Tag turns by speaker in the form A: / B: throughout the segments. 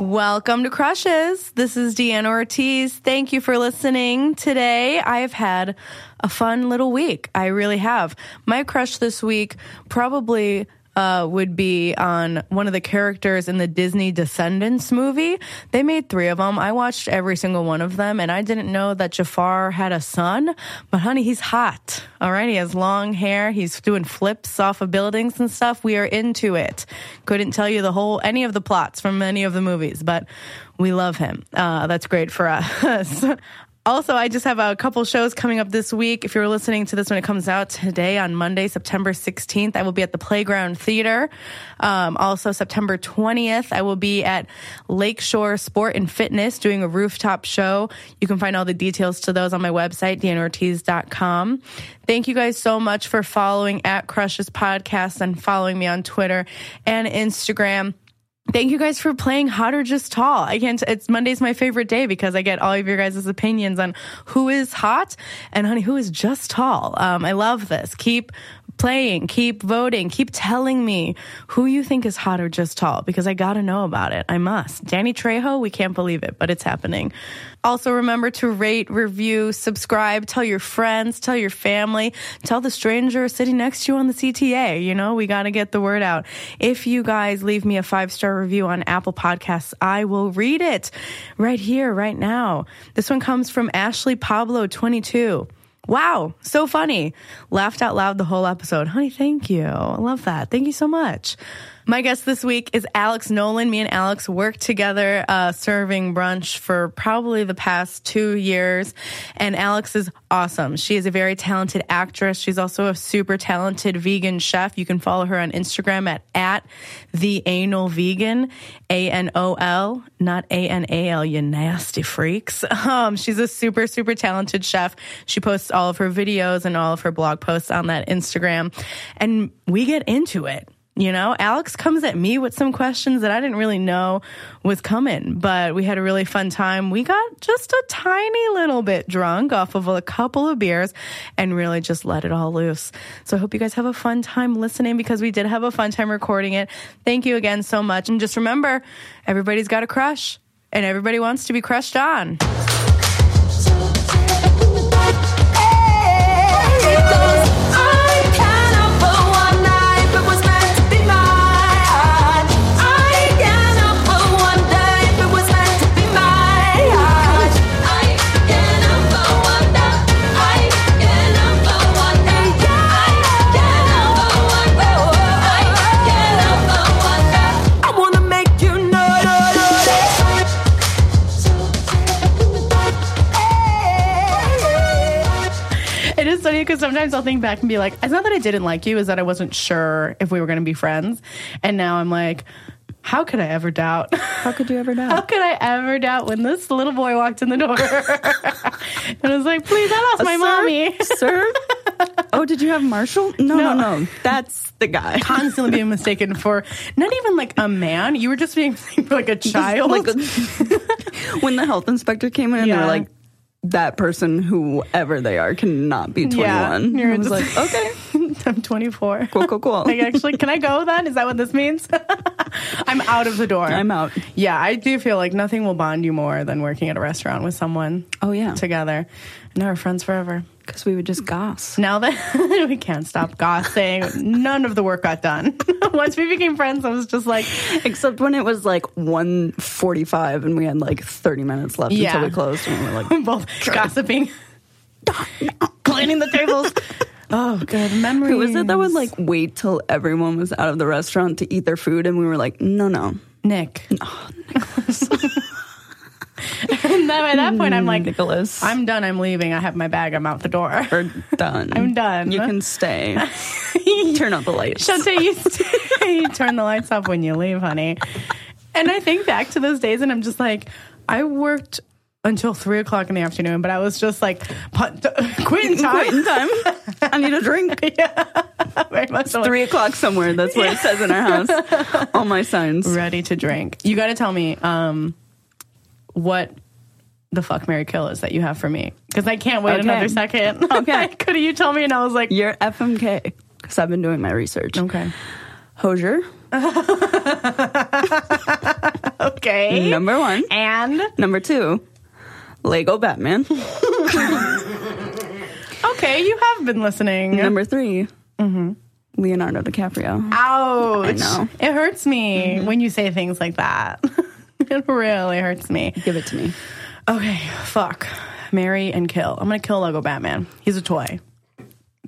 A: Welcome to Crushes. This is Deanna Ortiz. Thank you for listening today. I've had a fun little week. I really have. My crush this week probably uh, would be on one of the characters in the Disney Descendants movie. They made three of them. I watched every single one of them, and I didn't know that Jafar had a son. But honey, he's hot. All right, he has long hair. He's doing flips off of buildings and stuff. We are into it. Couldn't tell you the whole any of the plots from any of the movies, but we love him. Uh, that's great for us. Also, I just have a couple shows coming up this week. If you're listening to this when it comes out today on Monday, September 16th, I will be at the Playground Theater. Um, also, September 20th, I will be at Lakeshore Sport and Fitness doing a rooftop show. You can find all the details to those on my website, danortiz.com. Thank you guys so much for following at Crushes Podcast and following me on Twitter and Instagram. Thank you guys for playing Hot or Just Tall. I can't, it's Monday's my favorite day because I get all of your guys' opinions on who is hot and honey, who is just tall. Um, I love this. Keep playing, keep voting, keep telling me who you think is hot or just tall because I gotta know about it. I must. Danny Trejo, we can't believe it, but it's happening. Also, remember to rate, review, subscribe, tell your friends, tell your family, tell the stranger sitting next to you on the CTA. You know, we gotta get the word out. If you guys leave me a five star review on Apple Podcasts, I will read it right here, right now. This one comes from Ashley Pablo 22. Wow, so funny. Laughed out loud the whole episode. Honey, thank you. I love that. Thank you so much. My guest this week is Alex Nolan. Me and Alex worked together uh, serving brunch for probably the past two years. And Alex is awesome. She is a very talented actress. She's also a super talented vegan chef. You can follow her on Instagram at, at the anal vegan, A N O L, not A N A L, you nasty freaks. Um, she's a super, super talented chef. She posts all of her videos and all of her blog posts on that Instagram. And we get into it. You know, Alex comes at me with some questions that I didn't really know was coming, but we had a really fun time. We got just a tiny little bit drunk off of a couple of beers and really just let it all loose. So I hope you guys have a fun time listening because we did have a fun time recording it. Thank you again so much. And just remember, everybody's got a crush and everybody wants to be crushed on. It is funny because sometimes I'll think back and be like, it's not that I didn't like you, is that I wasn't sure if we were going to be friends. And now I'm like, how could I ever doubt?
B: How could you ever
A: How
B: know?
A: could I ever doubt when this little boy walked in the door? and I was like, please, I lost my mommy.
B: Sir? Oh, did you have Marshall? No, no,
A: No.
B: no. That's the guy.
A: Constantly being mistaken for not even like a man. You were just being mistaken for like a child.
B: Like, when the health inspector came in and they
A: Yeah.
B: were like, that person, whoever they are, cannot be 21.
A: You're
B: I was
A: just-
B: like, okay,
A: I'm 24.
B: cool, cool, cool.
A: Like, actually, can I go then? Is that what this means? I'm out of the door.
B: I'm out.
A: Yeah, I do feel like nothing will bond you more than working at a restaurant with someone
B: Oh, yeah.
A: together. Now we're friends forever.
B: Because we would just goss.
A: Now that we can't stop gossiping, none of the work got done. Once we became friends, I was just like,
B: Except when it was like 1.45 and we had like 30 minutes left
A: Yeah.
B: until we closed. And we were like,
A: both gossiping, cleaning the tables. Oh, good memories.
B: who was it that would like wait till everyone was out of the restaurant to eat their food? And we were like, no, no.
A: Nick?
B: Oh,
A: and then by that point, I'm
B: Mm.
A: like,
B: Nicholas.
A: I'm done. I'm leaving. I have my bag. I'm out the door.
B: We're done.
A: I'm done.
B: You can stay. Turn out the lights.
A: Shante, you stay. turn the lights off when you leave, honey. And I think back to those days, and I'm just like, I worked until three o'clock in the afternoon, but I was just like, pun- quitting time.
B: Quitting time. I need a drink.
A: Very much so, like,
B: Three o'clock somewhere. That's what it says in our house. All my signs.
A: ready to drink. You got to tell me um, what the fuck Mary Kill is that you have for me because I can't wait
B: Okay.
A: another second.
B: Okay.
A: could you tell me? And I was like,
B: You're FMK. Because I've been doing my research.
A: okay,
B: Hosier.
A: okay.
B: Number one.
A: And
B: Number two, Lego Batman.
A: okay, you have been listening.
B: Number 3 Mm-hmm. Leonardo DiCaprio.
A: Ouch.
B: I know. Mm-hmm.
A: It hurts me when you say things like that. it really hurts me.
B: Give it to me.
A: Okay, fuck. Marry and kill. I'm gonna kill Lego Batman. He's a toy.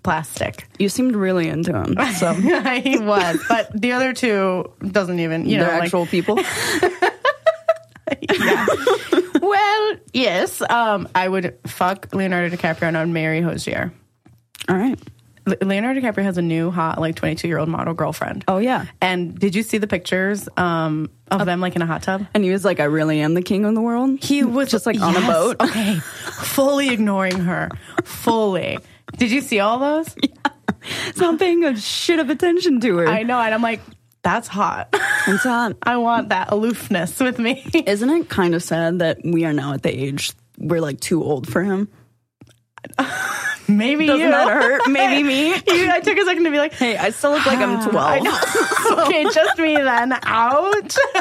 A: Plastic.
B: You seemed really into him. So
A: he was, but the other two doesn't even, you
B: they're
A: know, like-
B: actual people.
A: well, yes. Um, I would fuck Leonardo DiCaprio and I would marry Hosier.
B: All right.
A: Le- Leonardo DiCaprio has a new hot, like 22 year old model girlfriend.
B: Oh yeah.
A: And did you see the pictures um, of them like in a hot tub?
B: And he was like, I really am the king of the world.
A: He was
B: Just, like, on a boat.
A: Okay. Fully ignoring her. Fully. Did you see all those?
B: He's not paying a shit of attention to her.
A: I know. And I'm like, that's hot.
B: It's hot.
A: I want that aloofness with me.
B: Isn't it kind of sad that we are now at the age we're like too old for him?
A: Maybe
B: Doesn't
A: you.
B: that hurt? Maybe me.
A: You- I took a second to be like,
B: Hey, I still look like I'm 12.
A: okay, just me then. Ouch.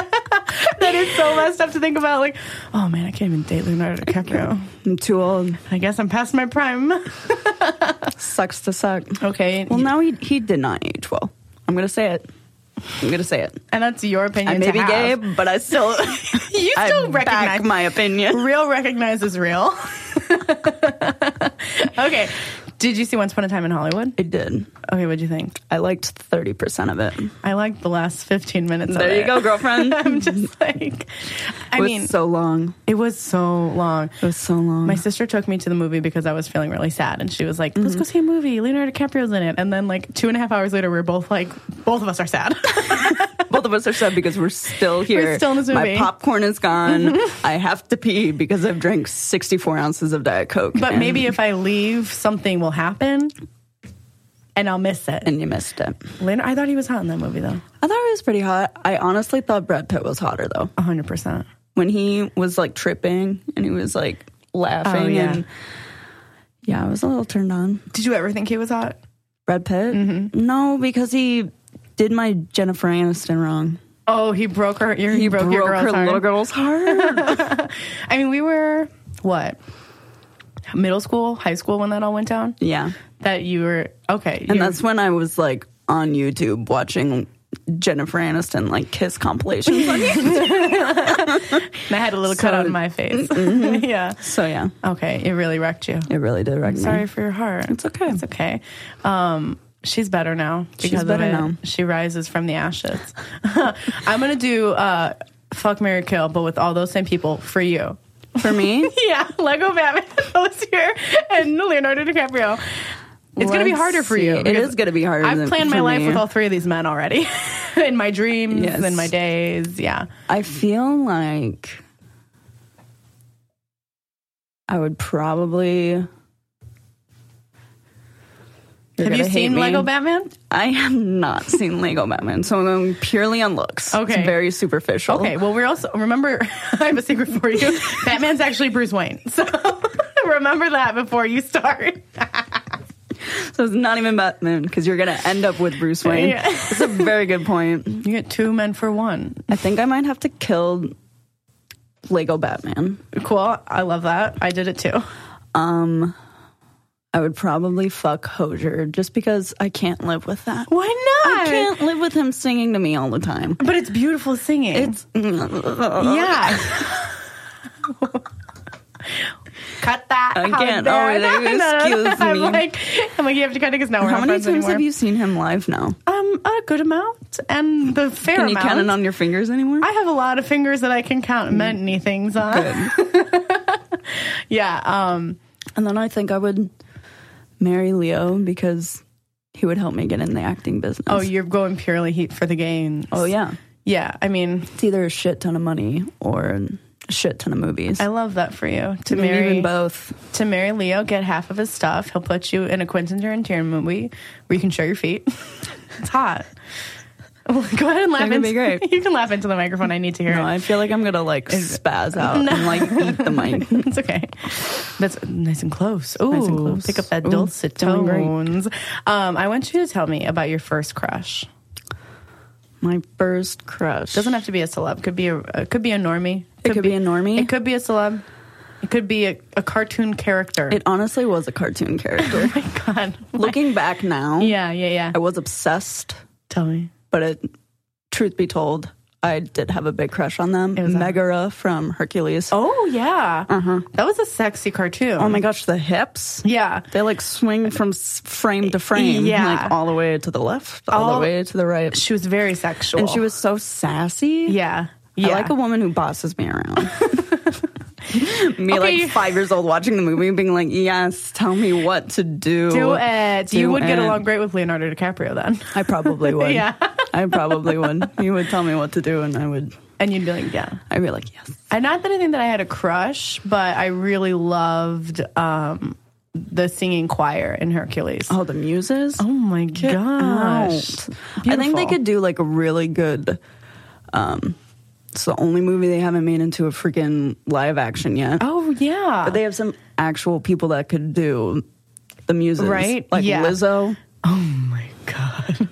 A: that is so messed up to think about. Like, oh man, I can't even date Leonardo DiCaprio.
B: I'm too old.
A: I guess I'm past my prime.
B: Sucks to suck.
A: Okay.
B: Well, now he, he did not age well. I'm going to say it. I'm going to say it.
A: and that's your opinion.
B: I may
A: to
B: be gay,
A: have.
B: but I still,
A: You
B: I
A: still recognize
B: back my opinion.
A: real recognizes real. okay. Did you see Once Upon a Time in Hollywood?
B: It did.
A: Okay, what'd you think?
B: I liked 30% of it.
A: I liked the last 15 minutes of it.
B: There you go, girlfriend. it
A: I'm just like, I
B: was
A: mean,
B: so long.
A: it was so long.
B: It was so long.
A: My sister took me to the movie because I was feeling really sad, and she was like, "Let's go see a movie. Leonardo DiCaprio's in it." And then, like two and a half hours later, we are both like, both of us are sad.
B: Both of us are sad because we're still here.
A: still Mm-hmm. in this movie.
B: My popcorn is gone. I have to pee because I've drank 64 ounces of Diet Coke.
A: but
B: and-
A: maybe if I leave, something will happen, and I'll miss it.
B: And you missed it.
A: Leonardo, I thought he was hot in that movie though,
B: I thought it was pretty hot. I honestly thought Brad Pitt was hotter, though.
A: hundred percent.
B: When he was like tripping and he was like laughing
A: Oh, yeah.
B: and. Yeah, I was a little turned on.
A: Did you ever think he was hot?
B: Brad Pitt?
A: Mm-hmm.
B: No, because he did my Jennifer Aniston wrong.
A: Oh, he broke her. Your, he, broke, your girl's
B: her
A: heart.
B: little girl's heart.
A: I mean, we were what middle school, high school when that all went down.
B: yeah.
A: That you were okay,
B: And
A: you-
B: that's when I was like on YouTube watching Jennifer Aniston like kiss compilations. on YouTube.
A: and I had a little cut
B: so-
A: on my face. yeah.
B: so yeah,
A: Okay, it really wrecked you.
B: it really did wreck
A: Sorry
B: me.
A: for your heart.
B: Mm-hmm. It's okay.
A: It's okay. Um, she's better now because
B: better
A: of it.
B: now.
A: She rises from the ashes. I'm gonna do uh, fuck Mary Kill, but with all those same people for you.
B: For me,
A: Yeah, Lego Batman, Hosier, and Leonardo DiCaprio. It's gonna be
B: Let's
A: harder for
B: see.
A: you.
B: It
A: because
B: is gonna be harder
A: I've
B: than-
A: planned my
B: for
A: life
B: me.
A: with all three of these men already, in my dreams,
B: Yes.
A: in my days. Yeah,
B: I feel like I would probably. You're
A: have
B: gonna
A: you
B: hate
A: seen
B: me.
A: Lego Batman?
B: I have not seen Lego Batman, so I'm going purely on looks.
A: Okay.
B: it's very superficial.
A: Okay, well, we're also remember. I have a secret for you. Batman's actually Bruce Wayne, so remember that before you start.
B: so it's not even Batman because you're gonna end up with Bruce Wayne.
A: Yeah.
B: It's a very good point.
A: You get two men for one.
B: I think I might have to kill Lego Batman.
A: Cool. I love that. I did it too.
B: Um, I would probably fuck Hosier just because I can't live with that.
A: Why
B: I
A: not?
B: can't live with him singing to me all the time.
A: But it's beautiful singing. Oh.
B: It's
A: yeah. Cut that.
B: I
A: out
B: can't.
A: there.
B: Oh, there you- excuse
A: I'm
B: me.
A: like, I'm like, you have to cut it because now we're
B: how
A: not
B: many
A: friends
B: times
A: anymore.
B: have you seen him live now?
A: Um, a good amount and the fair
B: Can you
A: amount.
B: count it on your fingers anymore?
A: I have a lot of fingers that I can count
B: Mm.
A: many things on. yeah. Um,
B: and then I think I would marry Leo because he would help me get in the acting business.
A: oh, you're going purely heat for the gains.
B: oh yeah.
A: Yeah. I mean,
B: It's either a shit ton of money or a shit ton of movies.
A: I love that for you to
B: Maybe
A: marry
B: even both.
A: to marry Leo. Get half of his stuff. He'll put you in a Quentin Tarantino movie where you can show your feet. it's hot. Go ahead and laugh.
B: That could be
A: into-
B: great.
A: You can laugh into the microphone. I need to hear
B: No,
A: it.
B: I feel like I'm gonna like spaz out and like eat the mic.
A: it's okay. That's nice and close. Oh,
B: and close.
A: pick up that
B: Ooh,
A: dulcet
B: doing great.
A: tones. Um, I want you to tell me about your first crush.
B: My first crush.
A: Doesn't have to be a celeb. Could be a it could be a normie.
B: It could be a normie.
A: It could be a celeb. It could be a, a cartoon character.
B: it honestly was a cartoon character.
A: oh my god.
B: Looking back now,
A: Yeah, yeah, yeah.
B: I was obsessed,
A: Tell me.
B: but it, truth be told, I did have a big crush on them.
A: was a-
B: Megara from Hercules.
A: Oh yeah. Uh-huh. That was a sexy cartoon.
B: oh my gosh, the hips.
A: yeah.
B: They like swing from s- frame to frame,
A: Yeah.
B: like all the way to the left, all,
A: All-
B: the way to the right.
A: She was very sexual.
B: And she was so sassy.
A: Yeah.
B: I
A: Yeah.
B: like a woman who bosses me around. me
A: Okay.
B: like five years old watching the movie and being like, yes, tell me what to do.
A: Do it. you
B: Do
A: would get
B: it.
A: along great with Leonardo DiCaprio then.
B: I probably would.
A: Yeah.
B: I probably would. He would tell me what to do and I would
A: And you'd be like, yeah.
B: I'd be like, yes.
A: And not that I think that I had a crush, but I really loved um, the singing choir in Hercules.
B: Oh, the muses?
A: Oh my
B: Gosh. I think they could do like a really good um it's the only movie they haven't made into a freaking live action yet.
A: Oh yeah.
B: But they have some actual people that could do the muses.
A: Right?
B: Like
A: Yeah.
B: Lizzo.
A: oh my god.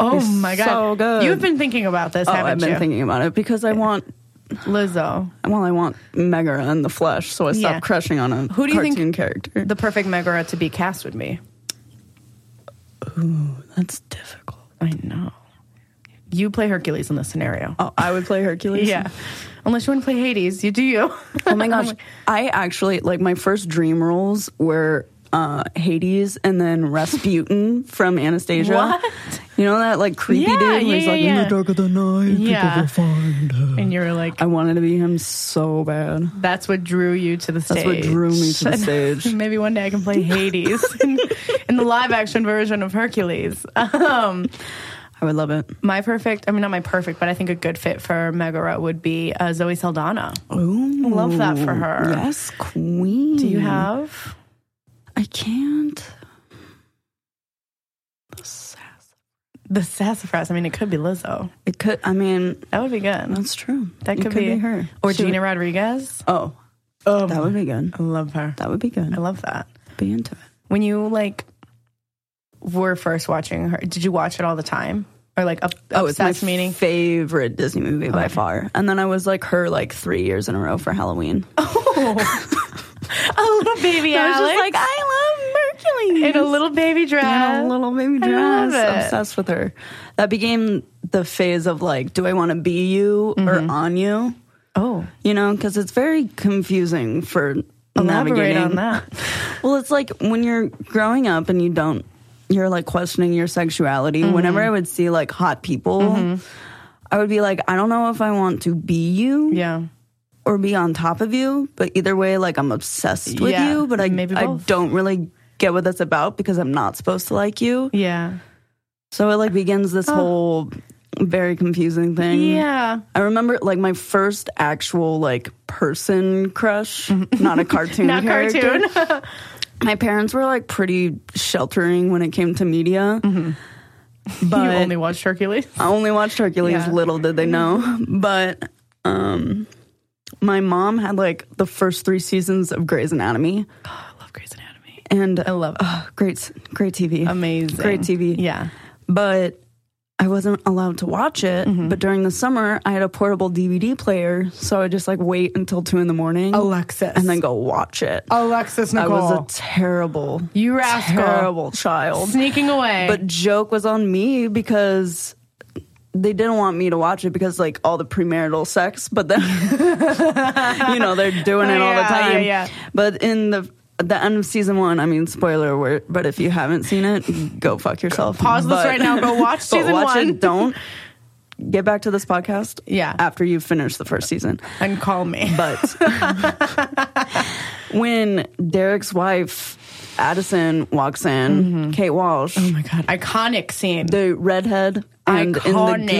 A: Oh
B: It's
A: my god.
B: so good.
A: You've been thinking about this,
B: Oh,
A: haven't
B: I've been
A: you?
B: thinking about it because I want
A: Lizzo,
B: well, I want Megara in the flesh, so I stopped
A: Yeah.
B: crushing on a
A: Who do you think-
B: cartoon character.
A: the perfect Megara to be cast would be.
B: That's difficult.
A: I know. You play Hercules in this scenario.
B: Oh, I would play Hercules.
A: Yeah. Unless you want to play Hades, you do you.
B: Oh my gosh. I actually like my first dream roles were uh, Hades and then Rasputin from Anastasia.
A: What?
B: You know that like creepy
A: Yeah,
B: dude where
A: yeah,
B: he's
A: yeah,
B: like in
A: yeah.
B: the dark of the night,
A: Yeah.
B: people will find her.
A: and you're like,
B: I wanted to be him so bad.
A: that's what drew you to the stage.
B: That's what drew me to the stage.
A: Maybe one day I can play Hades in, in the live action version of Hercules. Um,
B: I would love it.
A: my perfect, I mean, not my perfect, but I think a good fit for Megara would be uh, Zoe Saldana.
B: Ooh.
A: Love that for her.
B: Yes, queen.
A: Do you have?
B: I can't. Sass.
A: The sassafras. I mean, it could be Lizzo.
B: It could. I mean,
A: That would be good.
B: that's true.
A: That
B: Um, It
A: could, be,
B: her
A: Or
B: She would-
A: Gina Rodriguez.
B: Oh,
A: Oh,
B: that would be good.
A: I love her.
B: That would be good.
A: I love that.
B: I'd be into it.
A: When you like were first watching her, did you watch it all the time, or like up, obsessed?
B: Oh, my
A: Oh, Meaning,
B: favorite Disney movie by far. And then I was like her like three years in a row for Halloween. Oh,
A: a little baby
B: I was
A: Alex
B: just like, I love Mercury
A: in a little baby dress.
B: In a little baby
A: I love
B: dress.
A: it.
B: Obsessed with her. That became the phase of like, do I want to be you
A: Mm-hmm.
B: or on you?
A: oh,
B: You know, because it's very confusing for
A: elaborate
B: navigating.
A: on that.
B: Well, it's like when you're growing up and you don't, you're like questioning your sexuality.
A: Mm-hmm.
B: Whenever I would see like hot people, I would be like, I don't know if I want to be you
A: Yeah,
B: or be on top of you, but either way, like I'm obsessed with
A: Yeah,
B: you, but I,
A: maybe
B: I
A: both.
B: don't really get what that's about because I'm not supposed to like you.
A: yeah,
B: So it like begins this whole very confusing thing.
A: yeah.
B: I remember like my first actual like person crush, not a cartoon
A: Mm-hmm. Not
B: character
A: cartoon.
B: my parents were like pretty sheltering when it came to media. But
A: Mm-hmm. you only watched Hercules.
B: I only watched Hercules.
A: Yeah. Mm-hmm.
B: Little did they know. But um, my mom had like the first three seasons of Grey's Anatomy,
A: I love Grey's Anatomy.
B: and
A: I love it.
B: oh, great, great TV,
A: Amazing.
B: great TV.
A: Yeah.
B: But I wasn't allowed to watch it. But during the summer, I had a portable DVD player, so I just like wait until two in the morning
A: Alexis.
B: and then go watch it.
A: Alexis
B: I
A: Oh, Nicole.
B: was a terrible,
A: You rascal.
B: terrible child.
A: sneaking away.
B: But joke was on me because they didn't want me to watch it because like all the premarital sex, but then you know they're doing it
A: Oh,
B: all the
A: yeah,
B: time.
A: yeah, yeah.
B: But in the the end of season one, I mean, spoiler alert. But if you haven't seen it, go fuck yourself.
A: Pause this
B: But-
A: right now. Go watch
B: but
A: season
B: watch
A: one.
B: It, don't get back to this podcast.
A: Yeah.
B: after you finish the first season.
A: and call me.
B: But when Derek's wife Addison walks in, Kate Walsh
A: Oh my god, iconic scene.
B: the redhead and in
A: Iconic.
B: the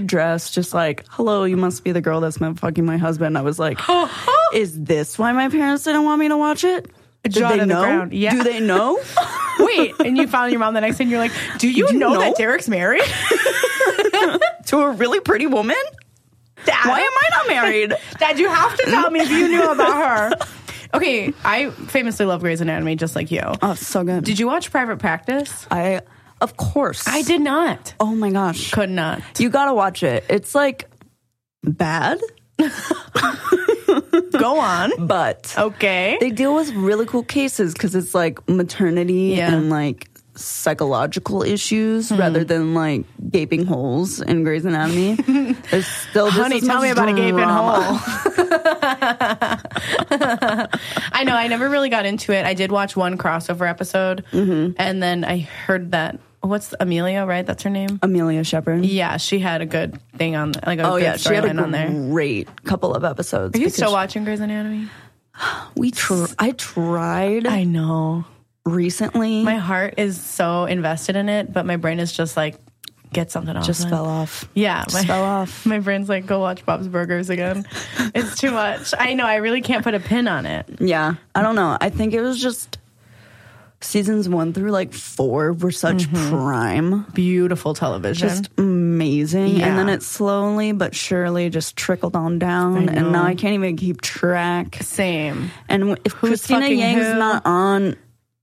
B: Gucci dress, just like, hello, you must be the girl that's my fucking my husband. I was like, is this why my parents didn't want me to watch it? Did
A: Jaw
B: they
A: to the
B: know?
A: ground, yeah.
B: Do they know?
A: Wait, and you found your mom the next day, and you're like, "Do you,
B: Do you
A: know,
B: know?
A: that Derek's married?
B: to a really pretty woman?
A: Dad,
B: Why am I not married?
A: Dad, you have to tell me if you knew about her." Okay, I famously love Grey's Anatomy, just like you.
B: oh, so good.
A: Did you watch Private Practice?
B: I Of course.
A: I did not.
B: Oh my gosh.
A: Could not.
B: You gotta watch it. It's like bad,
A: Go on.
B: but
A: Okay.
B: they deal with really cool cases because it's like maternity
A: Yeah. Hmm.
B: and like psychological issues rather than like gaping holes in Grey's Anatomy. There's still just
A: Honey,
B: as
A: tell
B: much
A: me about a gaping
B: drama.
A: hole. I know. I never really got into it. I did watch one crossover episode,
B: Mm-hmm.
A: and then I heard that what's Amelia, right? That's her name.
B: Amelia Shepard.
A: Yeah, she had a good thing on, like a
B: Um, Oh
A: good
B: yeah, she had a
A: storyline on there.
B: great couple of episodes.
A: Are you
B: because
A: still watching Grey's Anatomy?
B: we tr- I tried
A: I know.
B: recently.
A: My heart is so invested in it, but my brain is just like, get something off.
B: just
A: it.
B: fell off.
A: Yeah,
B: Just fell off.
A: My friend's like, go watch Bob's Burgers again. It's too much. I know. I really can't put a pin on it.
B: Yeah, I don't know. I think it was just seasons one through like four were such
A: Mm-hmm.
B: prime,
A: Beautiful television.
B: just amazing,
A: Yeah.
B: and then it slowly but surely just trickled on down,
A: I
B: and now
A: know.
B: I can't even keep track.
A: Same.
B: And w- if Christina
A: fucking
B: Yang's
A: who? Mm-hmm.
B: not on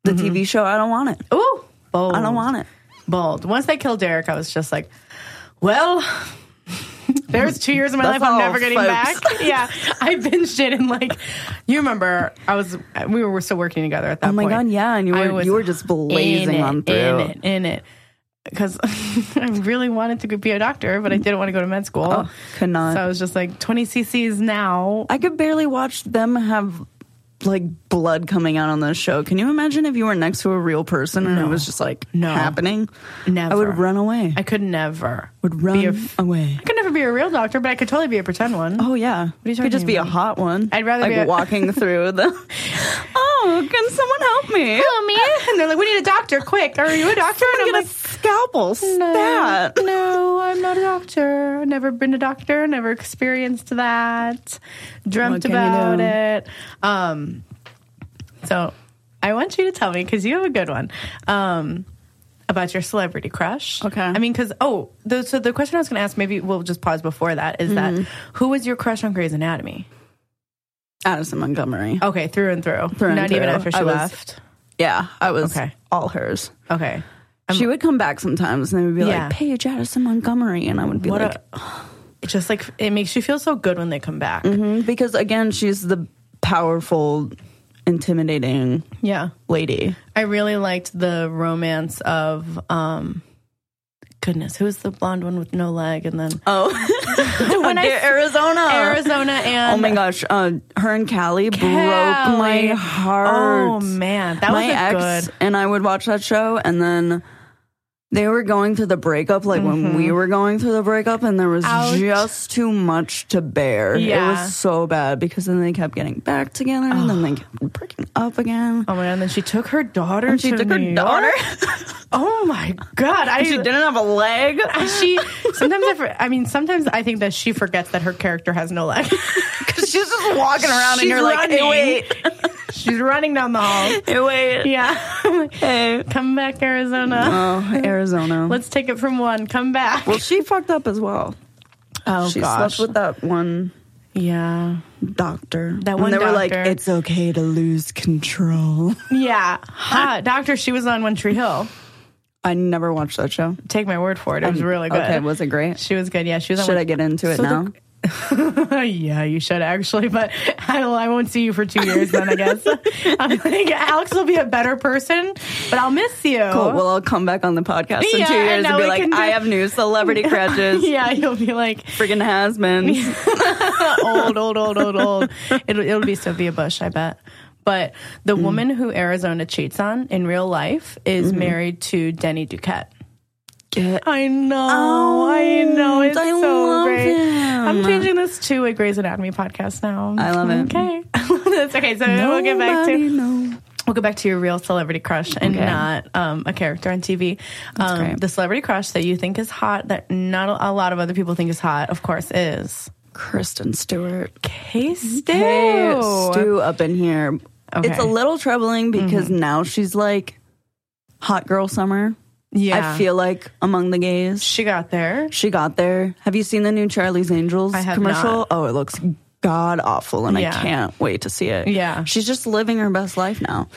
B: the TV show, I don't want it.
A: Ooh, bold.
B: I don't want it.
A: Bold. Once they killed Derek, I was just like, well, there's two years of my
B: That's
A: life I'm
B: all,
A: never getting
B: folks.
A: back. Yeah, I binged it and like, you remember, I was we were still working together at that
B: Oh my
A: point.
B: god, yeah, and you
A: I
B: were
A: was
B: you were just blazing
A: in it,
B: on through.
A: in it, in it. Because I really wanted to be a doctor, but I didn't want to go to med school.
B: Oh, could not.
A: So I was just like, 20 cc's now.
B: I could barely watch them have like blood coming out on the show. Can you imagine if you were next to a real person and it was just like
A: No.
B: happening?
A: Never.
B: I would run away.
A: I could never.
B: would run
A: be a-
B: away.
A: I could never be a real doctor, but I could totally be a pretend one.
B: Oh yeah,
A: you
B: could just
A: talking
B: be a
A: about?
B: hot one.
A: I'd rather
B: like
A: be a-
B: walking through the. Oh, can someone help me?
A: And they're like, we need a doctor, quick. Are you a doctor? And
B: I'm
A: I'm
B: gonna
A: like,
B: scalpel
A: no,
B: stat.
A: no, I'm not a doctor. I've never been a doctor. Never experienced that. Dreamt
B: can you
A: about
B: do?
A: it. Um, so I want you to tell me because you have a good one. Um, about your celebrity crush.
B: Okay.
A: I mean, because, oh, the, so the question I was going to ask, maybe we'll just pause before that, is that
B: Mm-hmm.
A: who was your crush on Grey's Anatomy?
B: Addison Montgomery.
A: Okay, through and through.
B: and
A: Not even
B: through.
A: after she
B: I was-
A: left.
B: Yeah, I was
A: Okay.
B: all hers.
A: Okay.
B: she would come back sometimes and they would be
A: Yeah.
B: like, Paige Addison Montgomery. And I would be
A: What
B: like,
A: a, it just like it makes you feel so good when they come back.
B: "Mhm," because again, she's the powerful, intimidating
A: Yeah.
B: lady.
A: I really liked the romance of um goodness, who's the blonde one with no leg and then
B: Oh,
A: When I s-
B: Arizona.
A: Arizona and
B: Oh my gosh, uh, her and Callie, broke
A: Callie.
B: my heart.
A: Oh man, that
B: my
A: was a
B: ex
A: good
B: and I would watch that show, and then they were going through the breakup, like when we were going through the breakup, and there was
A: Mm-hmm. Ouch.
B: just too much to bear. It
A: Yeah.
B: was so bad because then they kept getting back together, and then they kept breaking up again.
A: Oh my god, and then she took her daughter
B: And she
A: to
B: took
A: New
B: her
A: York?
B: daughter.
A: Oh my god. I
B: she didn't have a leg.
A: she sometimes I, for, I mean sometimes I think that she forgets that her character has no leg.
B: She's just walking around, and
A: She's
B: you're like,
A: running.
B: hey, wait,
A: She's running down the hall.
B: hey, wait,
A: Yeah.
B: hey.
A: Come back Arizona.
B: Oh, Arizona.
A: Let's take it from one. Come back.
B: well, she fucked up as well.
A: oh
B: she slept with that one
A: yeah.
B: doctor.
A: That
B: And
A: one
B: they were like,
A: doctor.
B: it's okay to lose control.
A: Yeah. Hot doctor, she was on One Tree Hill.
B: I never watched that show.
A: Take my word for it. It was really good.
B: Um, Okay, was it great?
A: She was good. Yeah, she was on
B: Should
A: One-
B: I get into it
A: So the-
B: now?
A: yeah, you should actually, but I, don't- I won't see you for two years then, I guess. I'm like, Alex will be a better person, but I'll miss you.
B: cool. Well, I'll come back on the podcast in
A: Yeah,
B: two
A: and
B: years
A: now
B: and be
A: we
B: like,
A: can do-
B: I have new celebrity crushes.
A: yeah, you'll be like
B: Friggin' has been.
A: old, old, old, old, old. It'll, it'll be Sophia Bush, I bet. But the
B: Mm.
A: woman who Arizona cheats on in real life is
B: Mm-hmm.
A: married to Denny Duquette.
B: Get
A: I know, I know. It's
B: Oh, I
A: so
B: love
A: great. I'm
B: him.
A: changing this to a Grey's Anatomy podcast now.
B: I love it.
A: Okay, that's okay. So we'll get back to
B: Nobody knows.
A: we'll get back to your real celebrity crush and
B: Okay.
A: not um, a character on TV. Um,
B: great.
A: the celebrity crush that you think is hot that not a- a lot of other people think is hot, of course, is
B: Kristen Stewart.
A: K. Stew.
B: Hey, Stu up in here.
A: Okay.
B: It's a little troubling because now she's like hot girl summer.
A: Yeah,
B: I feel like among the gays.
A: she got there.
B: She got there. Have you seen the new Charlie's Angels
A: I have
B: commercial?
A: not.
B: Oh, it looks god awful and
A: Yeah.
B: I can't wait to see it.
A: Yeah.
B: She's just living her best life now.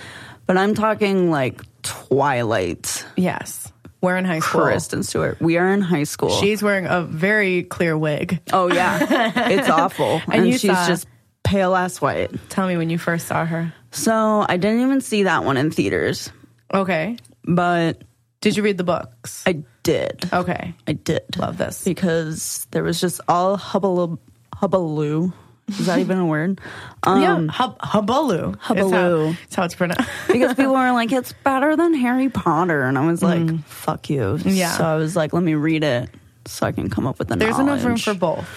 B: But I'm talking like Twilight
A: Yes, We're in high school.
B: Kristen Stewart. We are in high school.
A: She's wearing a very clear wig.
B: oh yeah, it's awful,
A: And
B: and,
A: you
B: she's
A: saw-
B: just pale ass white.
A: Tell me when you first saw her.
B: So I didn't even see that one in theaters,
A: Okay.
B: but
A: Did you read the books?
B: I did.
A: Okay.
B: I did
A: Love this.
B: because there was just all hubbaloo. hubbaloo. Is that even a word? Um,
A: yeah. Hub- Hubalu. It's how,
B: Hubalu.
A: it's how it's pronounced.
B: because people were like, it's better than Harry Potter. And I was like, fuck you.
A: Mm. Yeah.
B: So I was like, let me read it so I can come up with the
A: There's
B: knowledge.
A: enough room for both.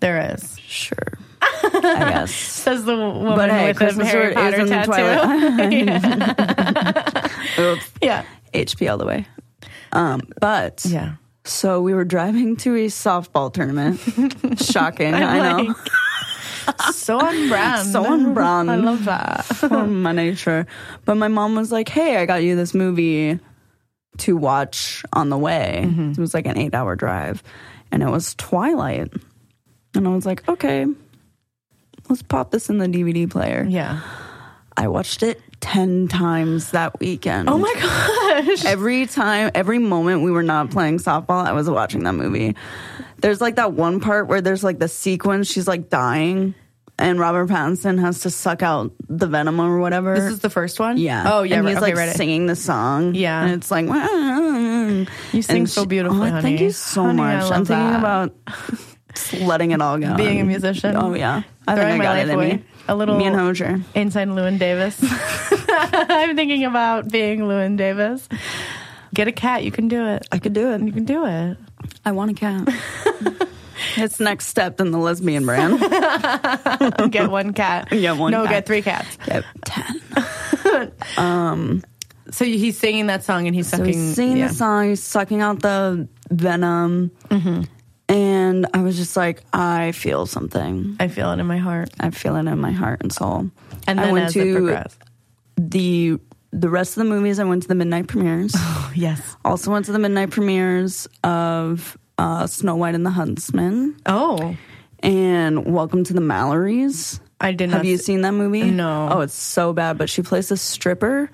A: There is.
B: Sure. I guess.
A: Says the woman
B: But hey,
A: with the
B: Christmas
A: Harry
B: Stewart is
A: Potter
B: in the
A: tattoo.
B: Oops.
A: yeah.
B: HP all the way. Um, but
A: Yeah.
B: so we were driving to a softball tournament. Shocking, I know.
A: so on brand.
B: So on brand.
A: I love that.
B: for my nature. But my mom was like, "Hey, I got you this movie to watch on the way."
A: Mm-hmm.
B: It was like an eight-hour drive, and it was Twilight. And I was like, "Okay, let's pop this in the DVD player."
A: Yeah.
B: I watched it ten times that weekend.
A: Oh my gosh.
B: Every time, every moment we were not playing softball, I was watching that movie. There's like that one part where there's like the sequence she's like dying, and Robert Pattinson has to suck out the venom or whatever.
A: This is the first one?
B: Yeah.
A: Oh, yeah.
B: And
A: right.
B: he's
A: okay,
B: like
A: right.
B: singing the song.
A: Yeah.
B: And it's like, you
A: You sing so beautifully,
B: Oh,
A: honey.
B: Thank you so
A: Honey, I
B: much. I'm
A: love
B: thinking
A: that.
B: about just letting it all go.
A: Being a musician.
B: Oh yeah. I
A: Throwing
B: think I
A: my
B: got
A: life
B: it in
A: away.
B: me.
A: A little-
B: Me and Hozier.
A: Inside Lewin Davis. I'm thinking about being Lewin Davis. Get a cat. You can do it.
B: I could do
A: You
B: it.
A: can do it.
B: I want a cat. it's next step in the lesbian brand.
A: Get one cat.
B: Yeah, one
A: No,
B: cat.
A: get three cats.
B: Yep. Ten.
A: So he's singing that song and he's
B: So
A: sucking.
B: he's singing
A: yeah.
B: the song, he's sucking out the venom.
A: Mm-hmm.
B: And I was just like, I feel something.
A: I feel it in my heart.
B: I feel it in my heart and soul.
A: And
B: I
A: then
B: went
A: as it
B: to
A: progressed.
B: the the rest of the movies I went to the midnight premieres.
A: Yes.
B: also went to the midnight premieres of uh, Snow White and the Huntsman
A: Oh,
B: and Welcome to the Mallorys.
A: I did not.
B: Have you
A: see-
B: seen that movie?
A: No.
B: Oh, it's so bad. But she plays this stripper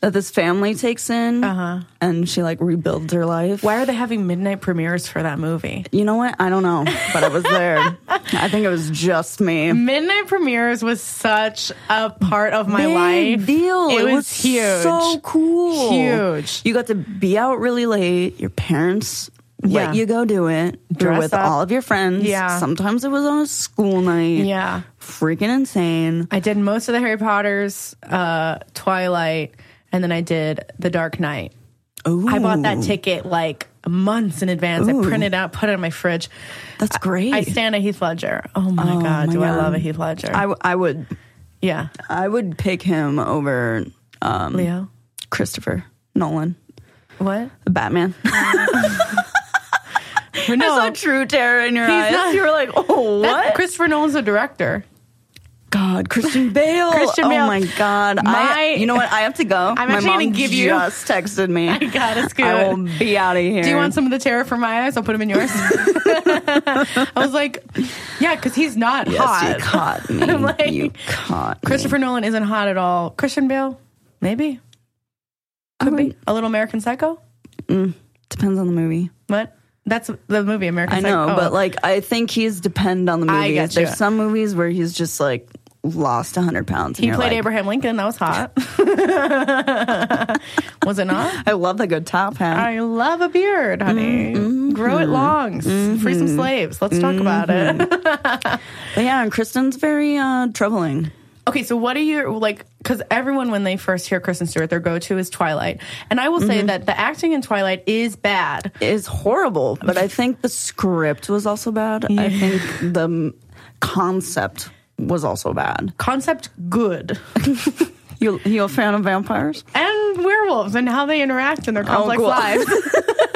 B: that this family takes in,
A: Uh-huh.
B: and she like rebuilds her life.
A: Why are they having midnight premieres for that movie?
B: You know what? I don't know, but I was there. I think it was just me.
A: Midnight premieres was such a part of my
B: Big
A: life.
B: Deal.
A: It, was, huge.
B: So cool.
A: Huge.
B: You got to be out really late. Your parents
A: Yeah.
B: let you go do it. You're
A: Dress
B: with
A: up.
B: all of your friends.
A: Yeah.
B: Sometimes it was on a school night.
A: Yeah.
B: Freaking insane.
A: I did most of the Harry Potter's, uh, Twilight, and then I did The Dark Knight.
B: Ooh,
A: I bought that ticket like months in advance. I printed it out, put it in my fridge.
B: That's great.
A: I stand a Heath Ledger. Oh my
B: Oh
A: god,
B: my
A: do I
B: God.
A: love a Heath Ledger?
B: I, w- I would
A: yeah,
B: I would pick him over um,
A: Leo.
B: Christopher Nolan,
A: What?
B: the Batman.
A: No,
B: I saw true terror in your
A: He's
B: eyes.
A: not-
B: you were like, oh,
A: that-
B: what?
A: Christopher Nolan's a director.
B: God, Christian Bale.
A: Christian Bale.
B: Oh my God.
A: My-
B: I, you know what? I have to go.
A: I'm
B: my
A: actually gonna
B: mom
A: give you-
B: Just texted me. I
A: gotta scoot.
B: I will be out of here.
A: Do you want some of the terror from my eyes? I'll put them in yours. I was like, yeah, because he's not
B: Yes,
A: hot.
B: you caught me.
A: I'm like-
B: you caught me.
A: Christopher Nolan isn't hot at all. Christian Bale, maybe. Could be. A little American Psycho?
B: Depends on the movie.
A: What? That's the movie, American
B: I
A: Psycho.
B: know,
A: Oh.
B: but like, I think he's depend on the
A: I
B: movie.
A: get you.
B: There's some movies where he's just like lost 100 pounds. and
A: He
B: you're
A: played
B: like,
A: Abraham Lincoln. That was hot. was it not?
B: I love the good top hat.
A: I love a beard, honey.
B: Mm-hmm.
A: Grow it long. S- Free some slaves. Let's talk about
B: Mm-hmm.
A: it.
B: But yeah, and Kristen's very uh, troubling.
A: Okay, so what are your like? Because everyone, when they first hear Kristen Stewart, their go-to is Twilight, and I will say
B: Mm-hmm.
A: that the acting in Twilight is bad.
B: is horrible, but I think the script was also bad. I think the m- concept was also bad.
A: Concept good,
B: You you a fan of vampires?
A: and werewolves and how they interact in their complex
B: Oh, cool.
A: lives.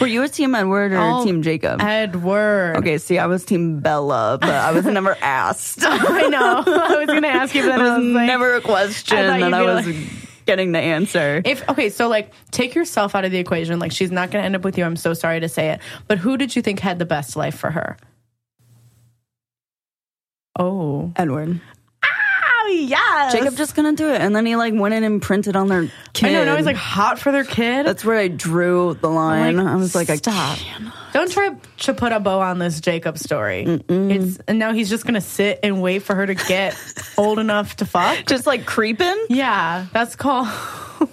B: Were you a team Edward or
A: Oh,
B: team Jacob?
A: Edward.
B: okay, see, I was team Bella, but I was never asked. it
A: I know. I was going to ask you, but then I
B: was
A: was like,
B: never a question
A: I thought you'd
B: that I
A: be
B: was getting the answer.
A: if okay, so like take yourself out of the equation. Like she's not going to end up with you. I'm so sorry to say it, but who did you think had the best life for her? Oh,
B: Edward.
A: oh, yes.
B: Jacob just couldn't do it, and then he like went in and printed on their kid.
A: I know. Now he's like hot for their kid.
B: that's where I drew the line.
A: like,
B: I was like,
A: stop.
B: I can't.
A: Don't try to put a bow on this Jacob story. It's and now he's just gonna sit and wait for her to get old enough to fuck.
B: just like creeping.
A: Yeah, that's called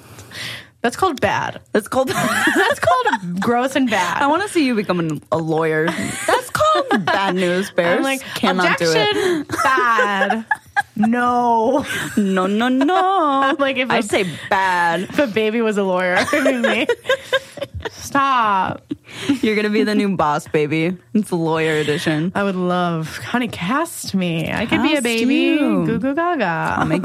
A: that's called bad.
B: That's called.
A: That's called gross and bad.
B: I want to see you become an, a lawyer. That's called bad news bears.
A: I'm like
B: cannot do
A: objection, bad. No,
B: it. No, no, no.
A: like if
B: I
A: a-
B: say bad.
A: the baby was a lawyer. I mean, me. Stop.
B: You're gonna be the new boss, baby. It's the lawyer edition.
A: I would love, honey, cast me. I could be a
B: Cast
A: baby.
B: you.
A: Goo goo gaga.
B: Make-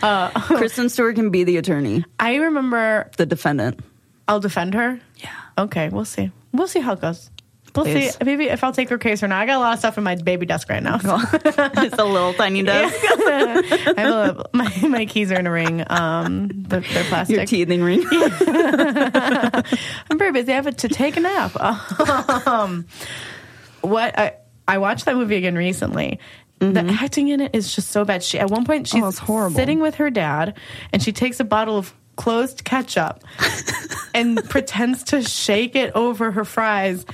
B: Kristen Stewart can be the attorney,
A: I remember
B: the defendant.
A: I'll defend her.
B: Yeah.
A: Okay, we'll see. We'll see how it goes. We'll
B: Please.
A: see. Maybe if I'll take her case or not. I got a lot of stuff in my baby desk right now.
B: it's a little tiny desk.
A: I have a, my, my keys are in a ring. Um, they're, they're plastic.
B: Your teething ring.
A: I'm very busy. I have to take a nap. Um, what I I watched that movie again recently. The acting in it is just so bad. She at one point she's
B: Mm-hmm. Oh, it's horrible.
A: sitting with her dad, and she takes a bottle of closed ketchup and pretends to shake it over her fries.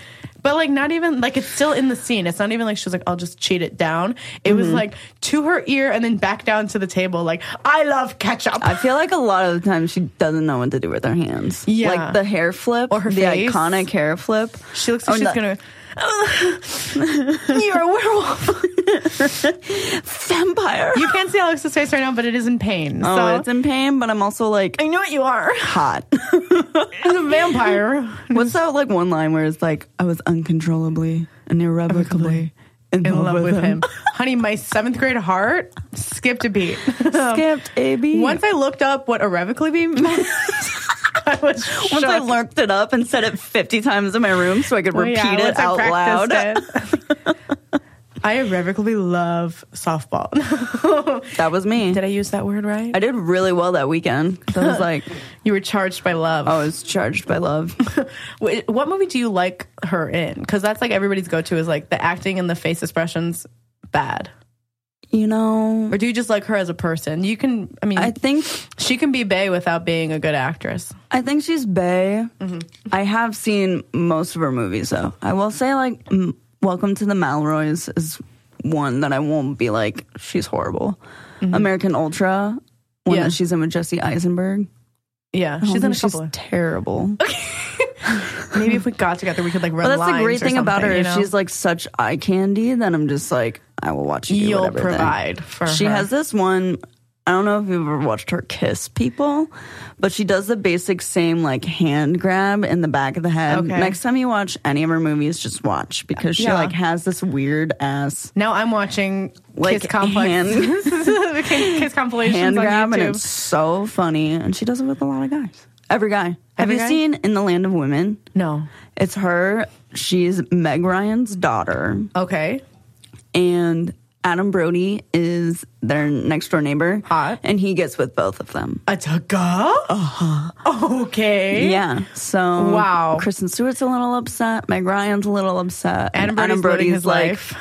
A: But like not even like it's still in the scene. It's not even like she was like I'll just cheat it down. It was
B: Mm-hmm.
A: like to her ear and then back down to the table. Like I love ketchup.
B: I feel like a lot of the time she doesn't know what to do with her hands.
A: Yeah.
B: Like the hair flip
A: Or her
B: the
A: face.
B: iconic hair flip.
A: She looks like
B: Oh,
A: she's
B: no.
A: gonna. You're a werewolf.
B: vampire.
A: You can't see Alexa's face right now, but it is in pain.
B: Oh,
A: so
B: it's in pain, but I'm also like
A: I know what you are.
B: hot.
A: It's a vampire.
B: What's that like one line where it's like I was uncontrollably and irrevocably in,
A: In love with him.
B: him.
A: Honey, my seventh grade heart skipped a beat.
B: Skipped A B.
A: Oh. Once I looked up what irrevocably beat meant, I was
B: Once I
A: shook.
B: lurked it up and said it 50 times in my room so I could
A: Well,
B: repeat
A: yeah,
B: it
A: once I
B: out loud.
A: practiced it. I irrevocably love softball.
B: That was me.
A: Did I use that word right?
B: I did really well that weekend. 'cause I was like,
A: you were charged by love.
B: I was charged by love.
A: Wh- What movie do you like her in? Because that's like everybody's go to is like the acting and the face expressions bad.
B: You know,
A: Or do you just like her as a person? You can, I mean,
B: I think
A: she can be Bay without being a good actress.
B: I think she's bae.
A: Mm-hmm.
B: I have seen most of her movies though. I will say like m- Welcome to the Malroys is one that I won't be like she's horrible. American Ultra, one
A: Mm-hmm. Yeah.
B: that she's in with Jesse Eisenberg. I
A: Yeah, Oh, she's in
B: mean,
A: a couple.
B: terrible.
A: Maybe if we got together, we could like run
B: But that's the
A: lines
B: great
A: or
B: thing about her.
A: something, you
B: is
A: know?
B: She's like such eye candy that I'm just like I will watch you. do
A: you'll
B: whatever thing.
A: provide for
B: She
A: her.
B: has this one. I don't know if you've ever watched her kiss people, but she does the basic same like hand grab in the back of the head.
A: Okay.
B: Next time you watch any of her movies, just watch because she
A: Yeah.
B: like has this weird ass
A: Now I'm watching
B: Like,
A: Kiss Complex.
B: hand-
A: Kiss Kiss compilations
B: hand
A: on
B: grab, and
A: YouTube.
B: it's so funny. And she does it with a lot of guys. Every guy. Have
A: Every
B: you
A: guy?
B: seen In the Land of Women?
A: no.
B: It's her. She's Meg Ryan's daughter.
A: Okay.
B: and Adam Brody is their next door neighbor.
A: Hot.
B: And he gets with both of them.
A: Ataka? Uh-huh. Okay.
B: Yeah. So
A: Wow.
B: Kristen Stewart's a little upset. Meg Ryan's a little upset. and
A: Adam Brody's, living his life.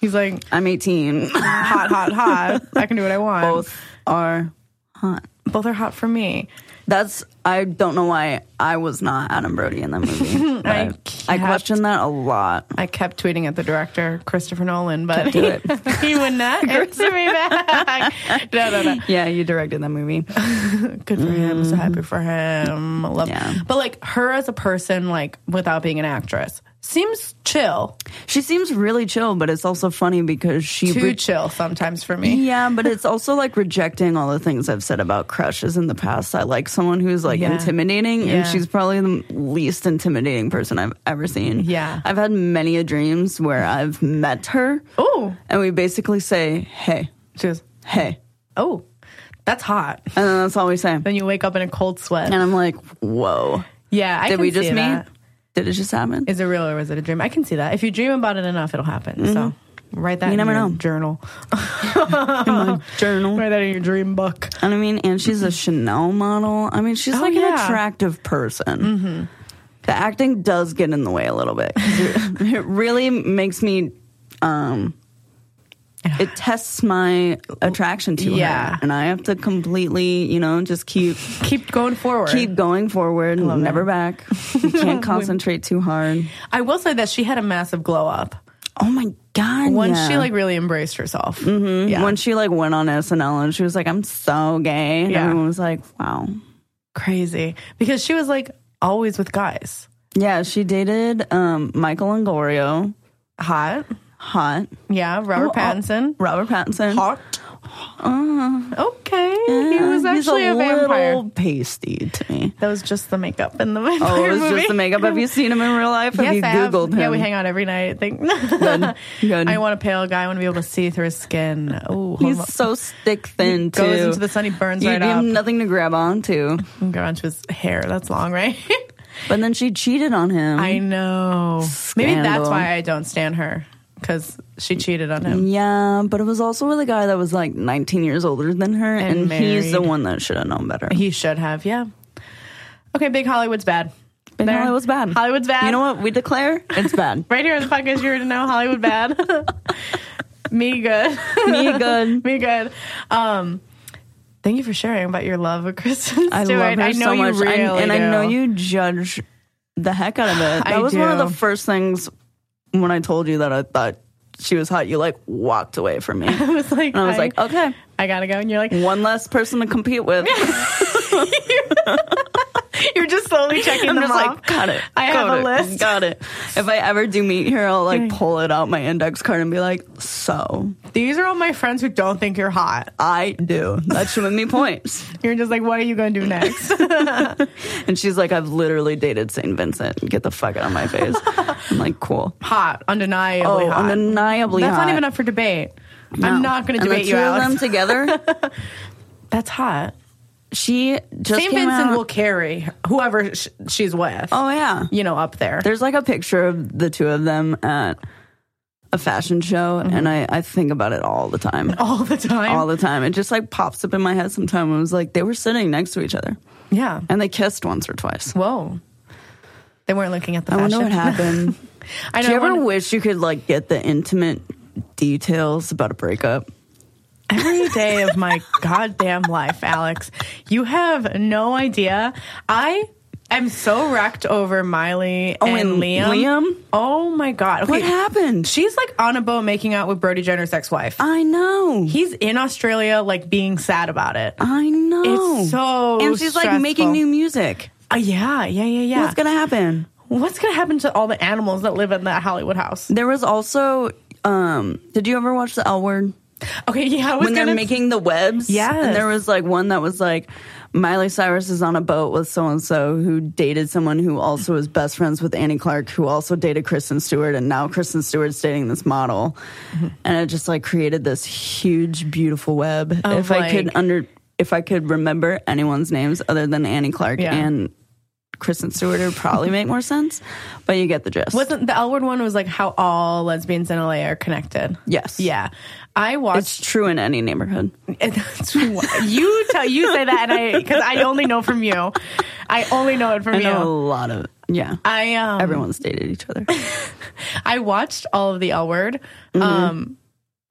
A: He's like
B: I'm 18.
A: hot, hot, hot. I can do what I want.
B: both are hot.
A: Both are hot for me.
B: That's I don't know why I was not Adam Brody in that movie.
A: I
B: I
A: can't
B: question that a lot.
A: I kept tweeting at the director, Christopher Nolan, but
B: do it.
A: he would not answer me back. No, no, no.
B: Yeah, you directed that movie.
A: Good for him. So happy for him. I Love.
B: Mm. Yeah.
A: But like her as a person, like without being an actress, seems chill.
B: She seems really chill, but it's also funny because she
A: Too
B: re-
A: chill sometimes for me.
B: Yeah, but it's also like rejecting all the things I've said about crushes in the past. I like someone who's like
A: Yeah.
B: intimidating,
A: Yeah.
B: and she's probably the least intimidating person I've ever seen.
A: Yeah.
B: I've had many a dreams where I've met her,
A: Oh,
B: and we basically say, "Hey,
A: she goes.
B: hey,"
A: Oh, that's hot.
B: and then that's all we say.
A: Then you wake up in a cold sweat.
B: And I'm like, "Whoa,
A: yeah, I
B: did
A: can
B: we just
A: see
B: meet?
A: that.
B: Did it just happen?"
A: Is it real or was it a dream? I can see that. If you dream about it enough, it'll happen. So write that in
B: Mm-hmm. never
A: your
B: know.
A: journal.
B: Journal.
A: write that in your dream book.
B: And I mean, and she's a Chanel model. I mean, she's like an
A: yeah.
B: attractive person. The acting does get in the way a little bit. 'cause It it really makes me um, it tests my attraction to
A: Yeah.
B: her, and I have to completely, you know, just keep
A: Keep going forward.
B: keep going forward, never back. You can't concentrate too hard.
A: I will say that she had a massive glow up
B: Oh my god!
A: once
B: yeah.
A: she like really embraced herself. Mm-hmm. Yeah,
B: when she like went on SNL and she was like, "I'm so gay," and
A: Yeah.
B: everyone was like, "Wow."
A: crazy because she was like always with guys,
B: Yeah, she dated um, Michael Longorio,
A: hot.
B: hot
A: Yeah, Robert
B: Oh, oh.
A: Pattinson,
B: Robert Pattinson, hot.
A: Uh-huh.
B: Uh,
A: Okay, he was actually a, vampire.
B: little pasty to me.
A: That was just the makeup in the vampire
B: Oh, it was
A: movie.
B: just the makeup. Have you seen him in real life? Have
A: Yes,
B: you
A: I have.
B: googled him?
A: Yeah, we hang out every night. I think.
B: Good.
A: I want a pale guy. I want to be able to see through his skin. Oh,
B: He's so stick thin too.
A: goes into the sun. He burns
B: you
A: right
B: give
A: up.
B: him nothing to grab onto.
A: Go onto his hair. That's long, right?
B: But then she cheated on him.
A: I know. Maybe
B: Mm-hmm.
A: that's
B: Scandal.
A: why I don't stand her because she cheated on him.
B: yeah, but it was also with a guy that was like 19 years older than her,
A: And
B: and, he's the
A: married.
B: one that should have known better.
A: He should have. Yeah. Okay, big Hollywood's bad.
B: But
A: There.
B: Hollywood's bad.
A: Hollywood's bad.
B: You know what? We declare it's bad.
A: Right here on the podcast, you already know Hollywood bad. Me good.
B: Me good.
A: Me good. Um, thank you for sharing about your love of Kristen Stewart.
B: I love her
A: I know
B: so
A: you
B: much, I-
A: really
B: and I
A: do.
B: know you judge the heck out of it.
A: I
B: That was one of
A: do.
B: the first things when I told you that I thought she was hot. You like walked away from me, and
A: I was like,
B: I was like, oh. okay,
A: I gotta go, and you're like,
B: one less person to compete with.
A: you're just slowly checking
B: I'm
A: them
B: just
A: off.
B: like, got it.
A: I have
B: got
A: a
B: it,
A: list.
B: Got it. If I ever do meet her, I'll like pull it out my index card and be like, so
A: These are all my friends who don't think you're hot.
B: I do. That should win me points.
A: You're just like, what are you gonna do next?
B: And she's like, I've literally dated St. Vincent. Get the fuck out of my face. I'm like, cool.
A: hot, undeniably
B: Oh,
A: hot.
B: undeniably
A: That's
B: hot.
A: not even up for debate.
B: No.
A: I'm not gonna
B: And
A: debate
B: the
A: you,
B: two
A: Alex.
B: of them together,
A: That's hot.
B: she just
A: St.
B: came
A: Vincent
B: out-
A: will carry whoever sh- she's with.
B: Oh yeah,
A: You know, up there.
B: there's like a picture of the two of them at a fashion show,
A: Mm-hmm.
B: and I I think about it all the time.
A: all the time.
B: All the time. It just like pops up in my head sometime. It was like they were sitting next to each other
A: yeah.
B: and they kissed once or twice.
A: Whoa. They weren't looking at the
B: I
A: fashion.
B: wonder what happened.
A: I know.
B: Do you
A: I
B: ever
A: wonder-
B: wish you could like get the intimate details about a breakup?
A: every day of my goddamn life, Alex. You have no idea. I am so wrecked over Miley
B: Oh,
A: and,
B: and
A: Liam.
B: Liam?
A: Oh my god. Okay.
B: What happened?
A: She's like on a boat making out with Brody Jenner's ex-wife.
B: I know.
A: He's in Australia like being sad about it.
B: I know.
A: It's so
B: and she's like making
A: stressful.
B: new music.
A: Uh, yeah, yeah, yeah, yeah.
B: What's gonna happen?
A: What's gonna happen to all the animals that live in that Hollywood house?
B: There was also. Um, did you ever watch the L Word
A: Okay, yeah, I was
B: when
A: gonna
B: they're making the webs?
A: Yes.
B: and there was like one that was like Miley Cyrus is on a boat with so and so who dated someone who also is best friends with Annie Clark, who also dated Kristen Stewart, and now Kristen Stewart's dating this model,
A: Mm-hmm.
B: and it just like created this huge, beautiful web.
A: Of,
B: if I could
A: like-
B: under, if I could remember anyone's names other than Annie Clark
A: Yeah.
B: and. Kristen Stewart it would probably make more sense, but you get the gist.
A: Wasn't the L word one was like how all lesbians in LA are connected?
B: Yes.
A: Yeah. I
B: It's
A: watched.
B: true in any neighborhood.
A: That's why- you tell you say that, and I because I only know from you. I only know it from
B: I
A: you.
B: know a lot of yeah.
A: I um
B: Everyone's dated each other.
A: I watched all of the L word,
B: Mm-hmm.
A: um,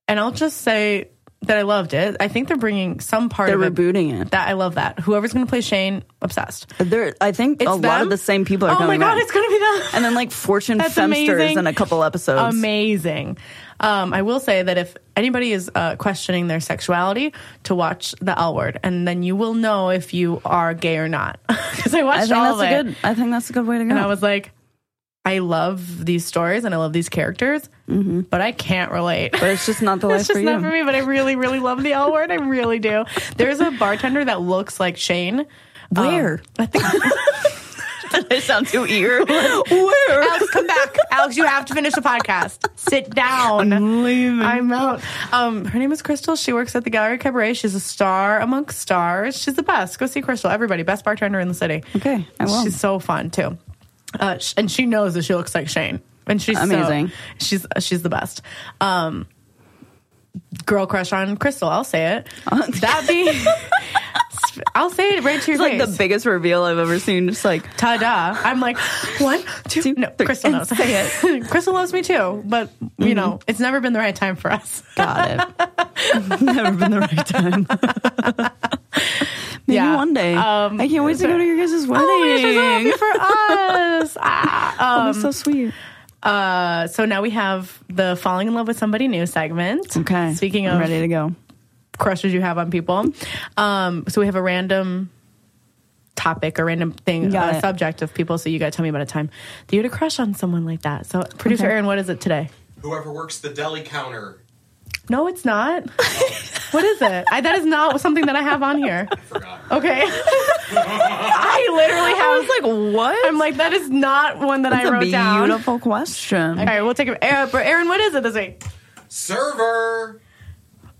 A: and I'll just say that I loved it. I think they're bringing some part
B: They're
A: of it.
B: rebooting it.
A: That I love that. Whoever's going to play Shane, obsessed.
B: There, I think a
A: It's
B: lot
A: them?
B: of the same people are
A: Oh my
B: coming
A: god,
B: back.
A: it's going to be them.
B: and then like Fortune
A: That's
B: Femsters
A: amazing.
B: in a couple episodes.
A: amazing. Um, I will say that if anybody is uh, questioning their sexuality, to watch the L word, and then you will know if you are gay or not. Because I
B: I
A: watched
B: think
A: all
B: that's
A: of
B: a
A: it,
B: good. I think that's a good way to go.
A: and I was like, I love these stories and I love these characters, but I can't relate.
B: but it's just not the Mm-hmm. life
A: It's
B: for
A: just
B: you.
A: not for me, but I really, really love the L word. I really do. There's a bartender that looks like Shane. Um,
B: Where?
A: I think
B: I sound too eager. Where?
A: Alex, come back. Alex, you have to finish the podcast. Sit down. I'm
B: leaving.
A: out. Um, her name is Crystal. She works at the Gallery Cabaret. She's a star amongst stars. She's the best. Go see Crystal. Everybody, best bartender in the city.
B: Okay, I will.
A: She's so fun too, uh, sh- and she knows that she looks like Shane. And she's so-
B: Amazing.
A: she's she's the best. Um, girl crush on Crystal. I'll say it. That be. It's I'll say it right to your
B: It's like
A: face.
B: the biggest reveal I've ever seen. Just like
A: Ta-da! I'm like one, two,
B: Two,
A: no.
B: three,
A: Crystal
B: and
A: knows.
B: say it. Mm-hmm.
A: Crystal loves me too, but you know it's never been the right time for us.
B: got it. Never been the right time. Maybe
A: Yeah.
B: one day.
A: Um,
B: I can't wait to go to your guys' wedding.
A: Oh my gosh, that's so happy for us. Ah, um,
B: That'd be so sweet.
A: uh, so now we have the falling in love with somebody new segment.
B: Okay.
A: Speaking
B: I'm
A: of
B: ready to go.
A: crushes you have on people, um, so we have a random topic, a random thing,
B: Got
A: a
B: it.
A: subject of people. So you got to tell me about a time that you had a crush on someone like that. So producer
B: Okay.
A: Aaron, what is it today?
C: Whoever works the deli counter.
A: No, it's not. what is it? I, that is not something that I have on here.
C: Forgot.
A: Okay. I literally
B: I
A: have.
B: was like, what?
A: I'm like, that is not one that
B: That's
A: I
B: a
A: wrote down. All
B: beautiful question.
A: right, we'll take it. Uh, but Aaron, what is it this week?
C: Server.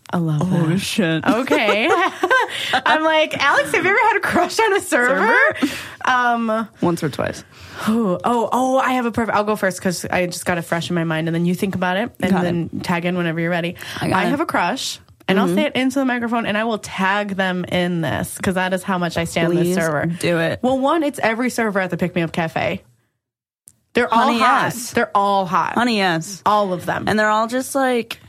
A: I love
B: Oh shit!
A: Okay. I'm like, Alex, have you ever had a crush on a server? Um,
B: Once or twice.
A: oh, oh, oh, I have a perfect. I'll go first because I just got it fresh in my mind, and then you think about it, and
B: Got it.
A: then tag in whenever you're ready.
B: I got
A: I,
B: it. Mm-hmm.
A: have a crush. And I'll say it into the microphone, and I will tag them in this because that is how much I stand
B: Please
A: this server.
B: do it.
A: Well, one, it's every server at the Pick Me Up Cafe. They're
B: Honey,
A: all hot.
B: yes.
A: They're all hot.
B: Honey, yes.
A: All of them.
B: And they're all just like,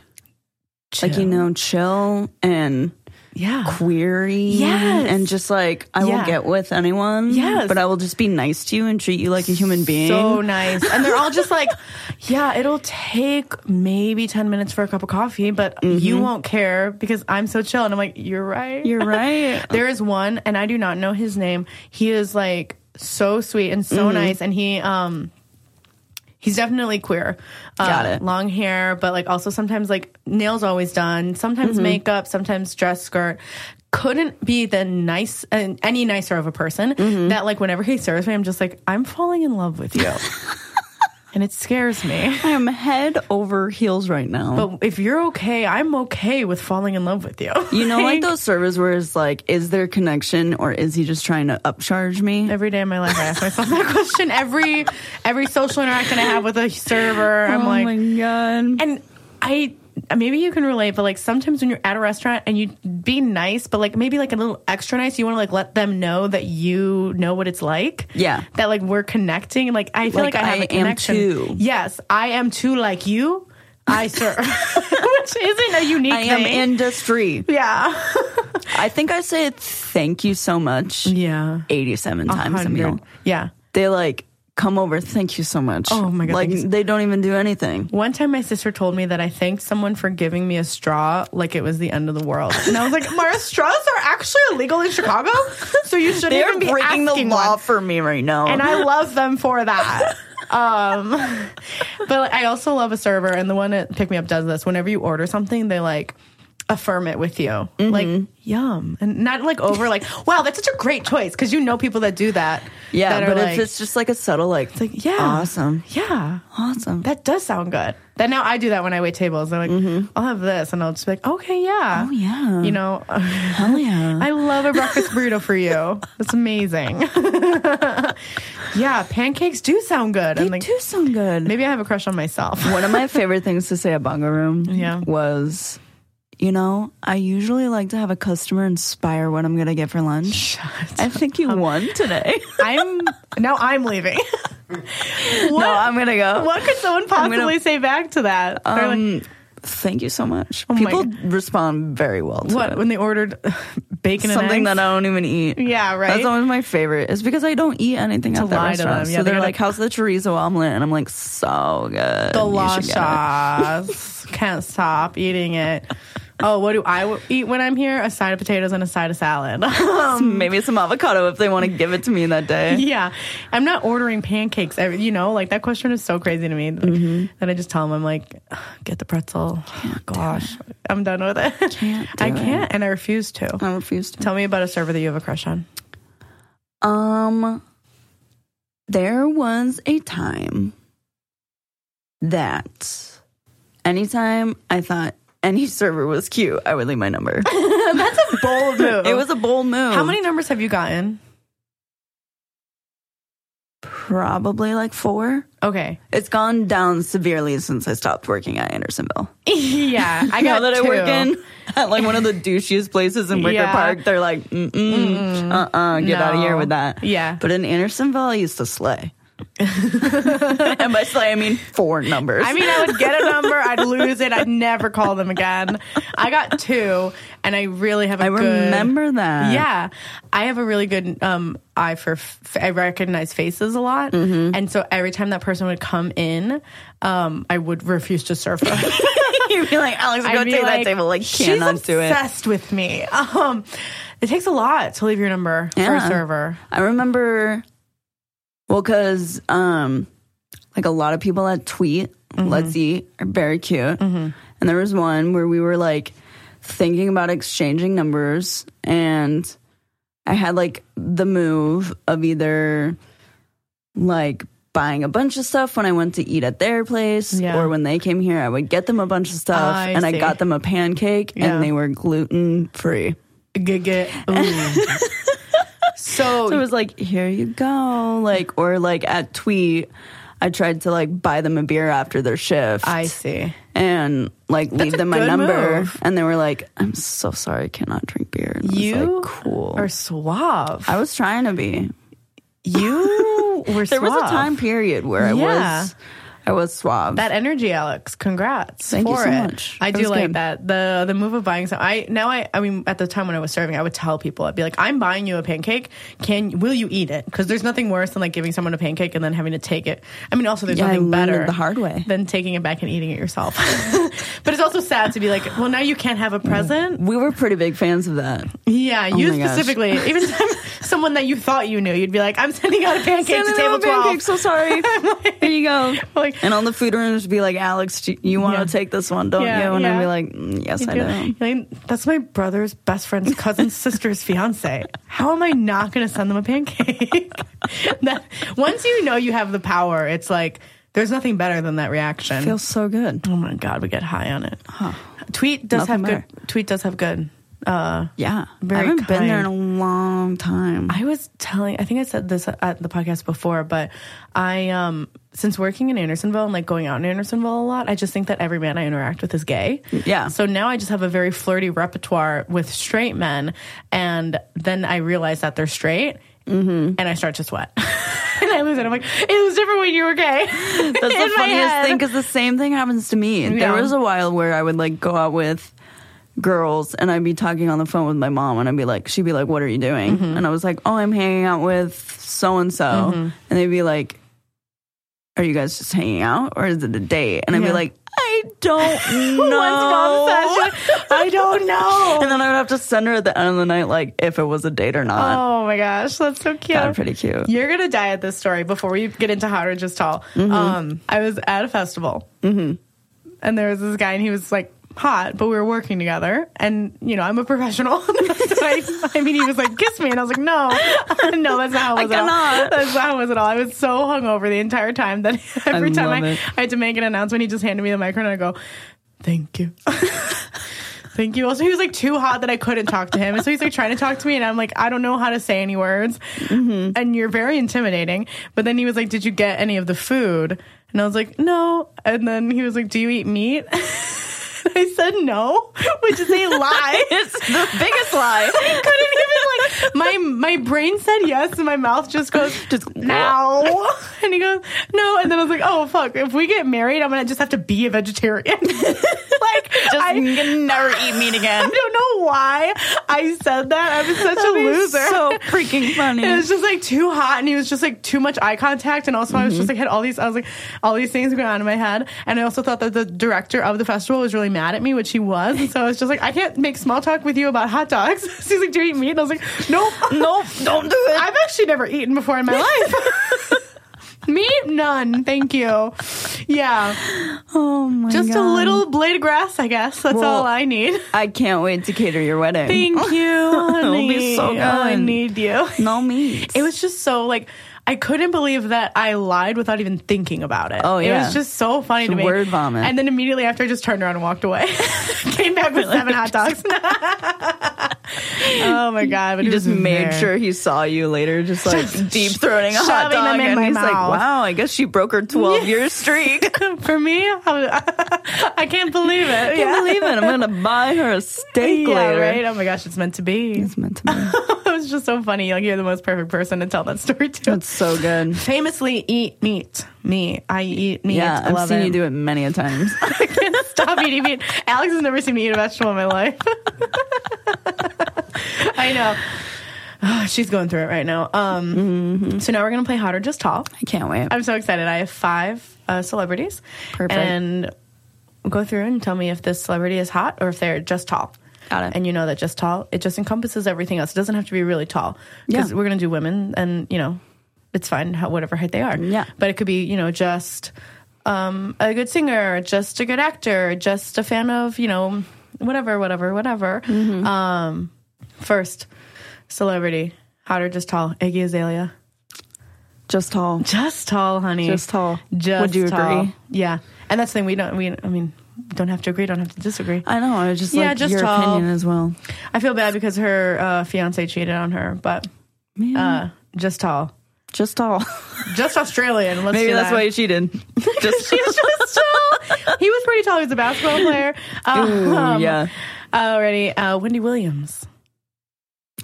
B: like you know, chill and
A: yeah.
B: query.
A: Yes.
B: And just like, I
A: Yeah.
B: will get with anyone.
A: Yes.
B: But I will just be nice to you and treat you like a human being.
A: So nice. And they're all just like, yeah, it'll take maybe 10 minutes for a cup of coffee, but
B: Mm-hmm.
A: you won't care because I'm so chill. And I'm like, you're right.
B: You're right.
A: There is one, and I do not know his name. He is like so sweet and
B: Mm-hmm.
A: so nice, and he um. He's definitely queer. Uh,
B: Got it.
A: Long hair, but like also sometimes like nails always done, sometimes
B: Mm-hmm.
A: makeup, sometimes dress skirt. Couldn't be the nice and any nicer of a person
B: Mm-hmm.
A: that like whenever he serves me, I'm just like, I'm falling in love with you. and it scares me.
B: I am head over heels right now.
A: But if you're okay, I'm okay with falling in love with you.
B: you know, like those servers where it's like, is there connection or is he just trying to upcharge me?
A: Every day of my life, I ask myself that question. Every every social interaction I have with a server,
B: Oh
A: I'm like,
B: god!
A: and I maybe you can relate, but like sometimes when you're at a restaurant and you be nice, but like maybe like a little extra nice, you want to like let them know that you know what it's like.
B: Yeah.
A: that like we're connecting. Like I feel like,
B: Like,
A: I have
B: I
A: a
B: am
A: connection.
B: too.
A: Yes, I am too. Like you, I serve, which isn't a unique
B: I am
A: thing.
B: industry.
A: yeah,
B: I think I say thank you so much.
A: yeah,
B: 87 times a
A: 100.
B: meal.
A: Yeah.
B: They like come over, thank you so much.
A: Oh my God,
B: Like
A: thank you.
B: they don't even do anything.
A: One time, my sister told me that I thanked someone for giving me a straw like it was the end of the world, and I was like, "Mara, straws are actually illegal in Chicago, so you shouldn't
B: They're
A: even be
B: breaking the
A: asking
B: law
A: one."
B: for me right now.
A: And I love them for that. Um, but like, I also love a server, and the one at Pick Me Up does this. Whenever you order something, they like affirm it with you,
B: Mm-hmm.
A: like "yum," and not like over like "wow, that's such a great choice" because you know people that do that.
B: yeah,
A: that
B: but
A: like,
B: if it's just like a subtle like,
A: like, yeah,
B: awesome.
A: yeah,
B: Awesome.
A: that does sound good. That now I do that when I wait tables. I'm like, I'll have this, and I'll just be like, okay, yeah,
B: Mm-hmm. Oh, yeah.
A: You know,
B: Hell yeah.
A: I love a breakfast burrito for you. That's amazing. yeah, pancakes do sound good.
B: They
A: I'm like,
B: do sound good.
A: maybe I have a crush on myself.
B: One of my favorite things to say at Bongo Room
A: Yeah.
B: was, you know, I usually like to have a customer inspire what I'm going to get for lunch. I think you won today.
A: I'm now I'm leaving. what,
B: no, I'm going to go.
A: what could someone
B: I'm
A: possibly
B: gonna-
A: say back to that? They're like,
B: Um, thank you so much.
A: Oh my
B: People respond very well to
A: what
B: it.
A: when they ordered bacon
B: Something
A: and eggs?
B: that I don't even eat.
A: yeah, right.
B: That's always my favorite. It's because I don't eat anything at that
A: lie to
B: restaurant.
A: them. Yeah,
B: so
A: they
B: they're
A: gotta-
B: like, "How's the chorizo omelet?" And I'm like, "So good."
A: the
B: You
A: law
B: should get it."
A: sauce. Can't stop eating it. Oh, what do I w- eat when I'm here? A side of potatoes and a side of salad.
B: Maybe some avocado if they want to give it to me that day.
A: yeah, I'm not ordering pancakes. Every, you know, like that question is so crazy to me that,
B: Mm-hmm.
A: that I just tell them, I'm like, "Ugh, get the pretzel. Gosh, I'm done with it.
B: Can't do
A: I
B: it.
A: can't, and I refuse to.
B: I refuse to.
A: Tell me about a server that you have a crush on.
B: Um, there was a time that anytime I thought any server was cute, I would leave my number.
A: Bold move.
B: it was a bold move.
A: How many numbers have you gotten?
B: probably like four.
A: Okay.
B: It's gone down severely since I stopped working at Andersonville.
A: yeah, I got
B: now that
A: two.
B: I work in at like one of the douchiest places in Wicker
A: Yeah.
B: Park, they're like, mm mm, uh uh, get out of here
A: No.
B: with that.
A: Yeah.
B: But in Andersonville, I used to slay. and by slay, I mean four numbers.
A: I mean, I would get a number, I'd lose it, I'd never call them again. I got two, and I really have a
B: I
A: good-
B: remember that.
A: Yeah, I have a really good um, eye for. F- I recognize faces a lot,
B: Mm-hmm.
A: and so every time that person would come in, um, I would refuse to serve her.
B: You'd be like, Alex, go
A: I'd be
B: take that table. Like,
A: she's
B: cannot do it.
A: obsessed with me. Um, it takes a lot to leave your number for a
B: Yeah.
A: server.
B: I remember, well, because um, like a lot of people at Tweet,
A: Mm-hmm.
B: Let's Eat, are very cute. And there was one where we were like thinking about exchanging numbers, and I had like the move of either like buying a bunch of stuff when I went to eat at their place,
A: Yeah.
B: or when they came here, I would get them a bunch of stuff,
A: I
B: and
A: see.
B: I got them a pancake,
A: Yeah.
B: and they were gluten free.
A: G- g- ooh. so,
B: So it was like, here you go. Like, or like at Tweet, I tried to like buy them a beer after their shift
A: I see.
B: and like leave
A: a
B: them my
A: good
B: number.
A: move.
B: And they were like, I'm so sorry, I cannot drink beer. And I was
A: You
B: like, cool.
A: are suave.
B: I was trying to be.
A: You were
B: There was a
A: suave.
B: time period where I
A: Yeah.
B: was, I was suave.
A: That energy, Alex. Congrats
B: Thank you
A: for
B: so
A: it.
B: much.
A: I
B: That
A: do
B: was
A: like
B: good.
A: that. The the move of buying some. I now I I mean at the time when I was serving, I would tell people I'd be like, I'm buying you a pancake. Can will you eat it? Because there's nothing worse than like giving someone a pancake and then having to take it. I mean, also there's
B: Yeah, I
A: nothing
B: learned it
A: better
B: the hard way.
A: than taking it back and eating it yourself. but it's also sad to be like, well, now you can't have a present.
B: we were pretty big fans of that.
A: Yeah, you
B: Oh my gosh.
A: specifically. Even someone that you thought you knew, you'd be like, I'm sending out a pancake
B: Send
A: to
B: them
A: table
B: out pancakes,
A: twelve.
B: So sorry. Here you go.
A: Like-
B: and all the food runners would be like, Alex, do you want to
A: Yeah.
B: take this one, don't
A: Yeah,
B: you? And
A: yeah.
B: I'd be like, "Mm, yes, I
A: You
B: do.
A: know, like, that's my brother's best friend's cousin's sister's fiance. How am I not going to send them a pancake? that, once you know you have the power, it's like there's nothing better than that reaction.
B: Feels so good.
A: oh my god, we get high on it. Tweet does
B: Nothing
A: have good. Tweet does have good. Uh,
B: Yeah.
A: Very
B: I haven't been there in a
A: kind.
B: long time.
A: I was telling, I think I said this at the podcast before, but I, um, since working in Andersonville and like going out in Andersonville a lot, I just think that every man I interact with is gay.
B: Yeah.
A: So now I just have a very flirty repertoire with straight men. And then I realize that they're straight
B: Mm-hmm.
A: and I start to sweat. and I lose it. I'm like, it was different when you were gay. That's
B: That's the funniest thing because the same thing happens to me. There
A: Yeah.
B: was a while where I would like go out with girls and I'd be talking on the phone with my mom and I'd be like, she'd be like, what are you doing?
A: Mm-hmm.
B: And I was like, oh, I'm hanging out with so and so. And they'd be like, are you guys just hanging out or is it a date? And I'd
A: Yeah.
B: be like, I don't know.
A: Mom says, I don't know.
B: and then I would have to send her at the end of the night, like, if it was a date or not.
A: Oh my gosh, that's so cute.
B: Kinda pretty cute.
A: You're gonna die at this story before we get into hot or just tall.
B: Mm-hmm.
A: Um, I was at a festival, and there was this guy, and he was like hot, but we were working together, and you know I'm a professional. so I, I mean, he was like kiss me, and I was like no, no, that's not how it was at all.
B: cannot.
A: That's not how it was at all. I was so hungover the entire time that every time
B: love
A: I,
B: it.
A: I had to make an announcement, he just handed me the microphone, and I go, thank you. Thank you. Also, he was like too hot that I couldn't talk to him. And so he's like trying to talk to me, and I'm like, I don't know how to say any words. And you're very intimidating. But then he was like, Did you get any of the food? And I was like, No. And then he was like, Do you eat meat? I said no, which is a lie.
B: It's the biggest lie.
A: I couldn't even like my my brain said yes and my mouth just goes
B: Just-
A: no and he goes no and then I was like oh fuck if we get married I'm gonna just have to be a vegetarian like
B: Just
A: I,
B: never eat meat again.
A: I don't know why I said that. I was such a loser.
B: So freaking funny.
A: it was just like too hot, and he was just like too much eye contact, and also I was
B: Mm-hmm.
A: just like had all these, I was like all these things going on in my head, and I also thought that the director of the festival was really mad at me, which he was, and so I was just like, I can't make small talk with you about hot dogs. so he's like, Do you eat meat? And I was like, Nope,
B: nope, don't do it.
A: I've actually never eaten before in my life. meat, none, thank you. Yeah,
B: oh my
A: just
B: God.
A: a little blade of grass, I guess. That's
B: Well,
A: all I need.
B: I can't wait to cater your wedding.
A: Thank you.
B: It'll be
A: honey.
B: so
A: Oh, I
B: good.
A: need you.
B: no meat.
A: It was just so like I couldn't believe that I lied without even thinking about it.
B: Oh,
A: it
B: yeah.
A: was just so funny to me.
B: word vomit.
A: And then immediately after, I just turned around and walked away. Came back with seven hot dogs. Oh my god! But
B: He just made sure he saw you later, just like deep throating a hot
A: shoving them
B: dog,
A: in
B: and
A: my
B: he's like,
A: mouth.
B: "Wow, I guess she broke her twelve year streak." I
A: for me. I, I can't believe it. I
B: can't believe it. I'm gonna buy her a steak
A: Yeah,
B: later.
A: right. Oh my gosh, it's meant to be.
B: It's meant to be.
A: it was just so funny. Like you're the most perfect person to tell that story to.
B: That's so good.
A: Famously, eat meat. Me, I eat meat.
B: Yeah,
A: I
B: I've
A: love
B: seen
A: it.
B: you do it many a times.
A: Stop eating meat. Alex has never seen me eat a vegetable in my life. I know. Oh, she's going through it right now. Um,
B: Mm-hmm.
A: So now we're gonna play hot or just tall.
B: I can't wait.
A: I'm so excited. I have five uh, celebrities.
B: Perfect.
A: And go through and tell me if this celebrity is hot or if they're just tall.
B: Got it.
A: And you know that just tall, it just encompasses everything else. It doesn't have to be really tall. Because
B: Yeah.
A: we're going to do women and, you know, it's fine, how, whatever height they are.
B: Yeah.
A: But it could be, you know, just um, a good singer, just a good actor, just a fan of, you know, whatever, whatever, whatever.
B: Mm-hmm.
A: Um, first, celebrity, hot or just tall, Iggy Azalea.
B: just tall.
A: Just tall, honey.
B: Just tall.
A: Just
B: Would you
A: tall.
B: agree?
A: Yeah, and that's the thing we don't. We I mean, don't have to agree. Don't have to disagree.
B: I know. I was just
A: Yeah,
B: like
A: just
B: your
A: tall.
B: opinion as well.
A: I feel bad because her uh, fiance cheated on her, but
B: Man,
A: uh, just tall,
B: just tall.
A: just Australian. Let's
B: Maybe
A: do
B: that's
A: that.
B: why you cheated. Just
A: He's just tall. He was pretty tall. He was a basketball player.
B: Ooh, yeah,
A: Already, uh, Wendy Williams.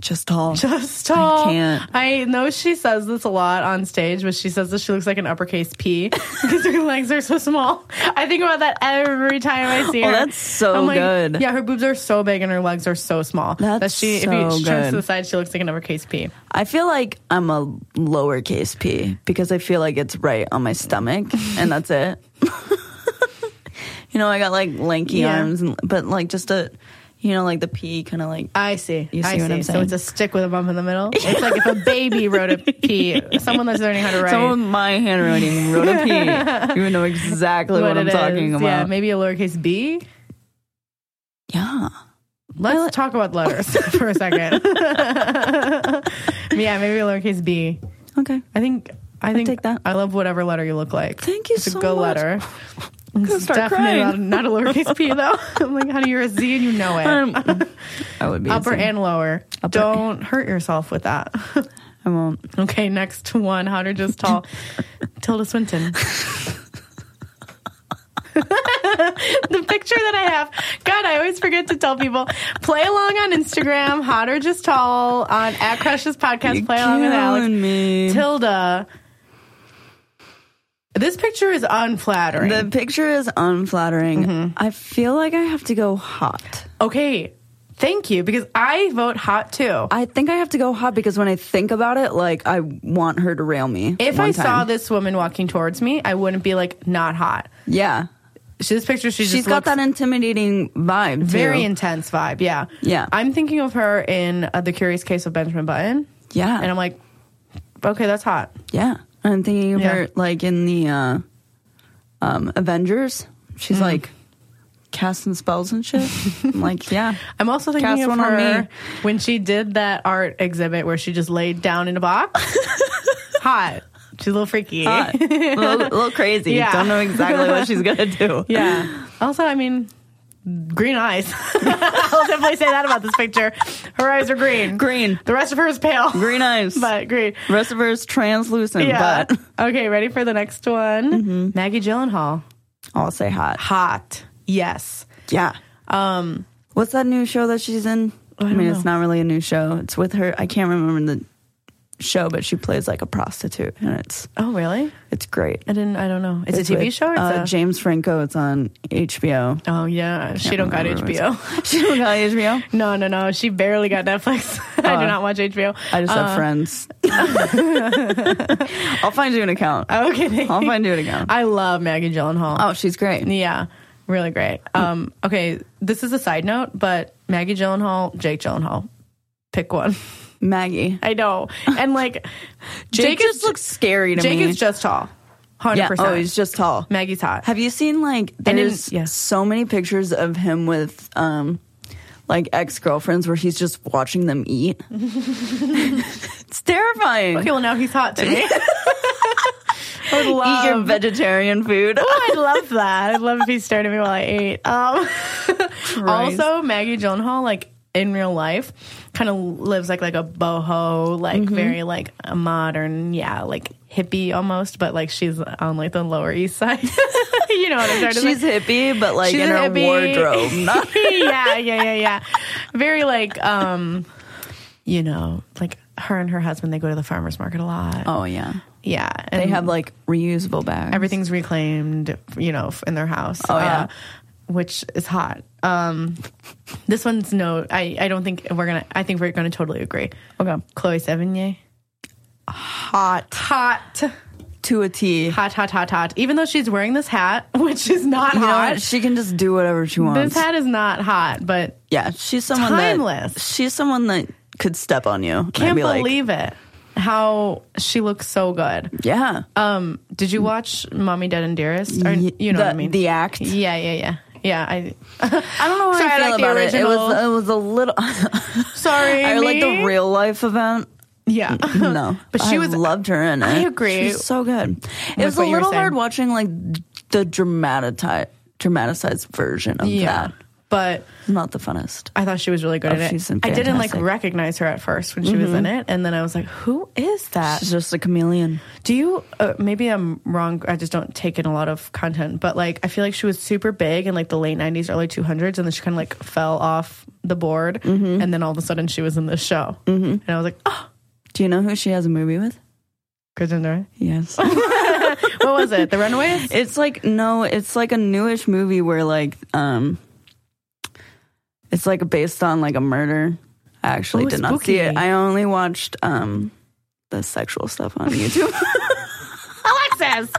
B: just tall.
A: Just tall.
B: can't.
A: I know she says this a lot on stage, but she says that she looks like an uppercase P because her legs are so small. I think about that every time I see
B: Oh,
A: her.
B: that's so
A: I'm like,
B: good.
A: Yeah, her boobs are so big and her legs are so small.
B: That's
A: that she, if
B: so
A: you she turns
B: good.
A: to the side, she looks like an uppercase P.
B: I feel like I'm a lowercase p because I feel like it's right on my stomach and that's it. you know, I got like lanky
A: Yeah.
B: arms, and, but like just a, you know, like the p kind of like.
A: I see.
B: You see
A: I
B: what I'm
A: So
B: saying?
A: it's a stick with a bump in the middle. It's like if a baby wrote a P, someone that's learning how to write.
B: Someone with my handwriting wrote a p. you would know exactly what, I'm
A: it
B: talking
A: is.
B: about.
A: Yeah, maybe a lowercase b.
B: yeah.
A: Let's talk about letters for a second. yeah, maybe a lowercase b.
B: Okay.
A: I think I think
B: take that.
A: I love whatever letter you look like.
B: Thank you
A: it's
B: so
A: a good
B: much.
A: letter. I'm
B: gonna start
A: definitely
B: crying.
A: Not, not a lowercase p though. I'm like, honey, you're a Z and you know it.
B: Um, I would be
A: Upper
B: insane.
A: and lower.
B: Upper-
A: Don't hurt yourself with that.
B: I won't.
A: okay, next one. How to just tall. Tilda Swinton. the picture that I have. God, I always forget to tell people. Play along on Instagram, hot or just tall on at Crushes Podcast.
B: You're
A: play along with Alex.
B: killing me.
A: Tilda. This picture is unflattering.
B: The picture is unflattering. I feel like I have to go hot.
A: okay, thank you because I vote hot too.
B: I think I have to go hot because when I think about it, like I want her to rail me.
A: If
B: one
A: I saw
B: time.
A: this woman walking towards me, I wouldn't be like not hot.
B: yeah,
A: She, this picture, she
B: she's
A: just
B: got
A: looks
B: that intimidating vibe. Too.
A: very intense vibe. Yeah,
B: Yeah.
A: I'm thinking of her in uh, the Curious Case of Benjamin Button.
B: Yeah.
A: and I'm like, okay, that's hot.
B: yeah. I'm thinking of
A: Yeah.
B: her like in the uh, um, Avengers. She's like casting spells and shit. I'm like, yeah,
A: I'm also thinking
B: Cast
A: of
B: one on
A: her
B: me.
A: when she did that art exhibit where she just laid down in a box. hot. She's a little freaky.
B: hot. a, little, a little crazy.
A: Yeah.
B: Don't know exactly what she's gonna do.
A: Yeah. Also, I mean, green eyes. I'll definitely say that about this picture. Her eyes are green.
B: Green,
A: The rest of her is pale,
B: green eyes.
A: but green.
B: Rest of her is translucent,
A: Yeah.
B: but Mm-hmm.
A: okay, ready for the next one? Maggie Gyllenhaal.
B: I'll say hot.
A: Hot. Yes.
B: Yeah. Um, what's that new show that she's in? I, mean, it's not really a new show. It's with her. I can't remember the show, but she plays like a prostitute, and it's
A: Oh, really?
B: it's great.
A: I didn't. I don't know. It's, a TV
B: with,
A: show. Or it's
B: uh,
A: a-
B: James Franco. It's on HBO.
A: oh yeah, she don't got
B: remember what
A: HBO.
B: she don't got HBO.
A: No, no, no. She barely got Netflix. I do
B: Oh.
A: not watch HBO.
B: I just
A: Uh.
B: have friends. I'll find you an account.
A: Okay, thank
B: I'll
A: you.
B: find you an account.
A: I love Maggie Gyllenhaal. Um,
B: Oh, she's great.
A: Yeah, really great.
B: Hmm.
A: Um, okay, this is a side note, but Maggie Gyllenhaal, Jake Gyllenhaal, pick one.
B: Maggie.
A: I know, and like Jake,
B: Jake,
A: is
B: just looks scary to
A: Jake
B: me.
A: is just tall, hundred
B: yeah.
A: percent.
B: Oh, he's just tall.
A: Maggie's hot.
B: Have you seen like
A: in-
B: there's
A: yes.
B: so many pictures of him with um like ex girlfriends where he's just watching them eat. it's terrifying.
A: okay, well now he's hot to me. I would love. Oh,
B: Eat your vegetarian food.
A: I'd love that. I'd love if he stared at me while I ate. Um,
B: Christ.
A: also, Maggie Gyllenhaal, like in real life kind of lives like like a boho, like
B: Mm-hmm.
A: very like a modern, yeah, like hippie almost, but like she's on like the Lower East Side. you know what I'm trying to
B: She's
A: say?
B: hippie, but like
A: She's
B: in
A: a
B: her
A: hippie.
B: wardrobe. Not-
A: yeah, yeah, yeah, yeah. Very like, um, you know, like her and her husband, they go to the farmer's market a lot.
B: oh yeah,
A: Yeah. And
B: they have like reusable bags.
A: everything's reclaimed, you know, f- in their house. uh,
B: Oh, yeah.
A: which is hot. Um, this one's no, I, I don't think we're going to, I think we're going to totally agree.
B: okay,
A: Chloe Sevigny.
B: hot
A: Hot.
B: to a T.
A: Hot, hot, hot, hot. Even though she's wearing this hat, which is not
B: You know
A: hot.
B: what? She can just do whatever she
A: This
B: wants.
A: hat is not hot, but
B: yeah, she's someone that
A: Timeless.
B: she's someone that could step on you. and
A: can't
B: be like,
A: believe it. How she looks so good.
B: yeah.
A: Um, did you watch Mommy Dead and Dearest? Or, you know
B: the,
A: what I mean?
B: The act.
A: yeah, yeah, yeah. Yeah, I
B: I don't know how
A: Sorry, I
B: I feel
A: like the
B: about it. It was
A: original.
B: it was a little.
A: sorry.
B: I like the
A: me.
B: real life event.
A: Yeah.
B: No,
A: But she
B: I
A: was-
B: loved her in it.
A: I
B: She
A: agree.
B: was so good. It
A: With
B: was a
A: what you were
B: little
A: saying.
B: hard watching like the dramatized dramatized version of
A: Yeah.
B: that.
A: But
B: Not the funnest.
A: I thought she was really good
B: Oh,
A: at it.
B: she's
A: I didn't like
B: fantastic. Mm-hmm.
A: recognize her at first when she was in it, and then I was like, "Who is that?"
B: She's just a chameleon.
A: Do you? Uh, maybe I'm wrong. I just don't take in a lot of content, but like I feel like she was super big in like the late '90s, early 200s, and then she kind of like fell off the board,
B: Mm-hmm.
A: and then all of a sudden she was in this show, and I was like, "Oh,
B: Do you know who she has a movie with?
A: Kristen Dunst."
B: Yes.
A: What was it? The Runaways.
B: it's like no, it's like a newish movie where like um it's like based on like a murder. I actually
A: Ooh,
B: did not see it.
A: Oh, spooky.
B: I only watched um the sexual stuff on YouTube.
A: Alexis,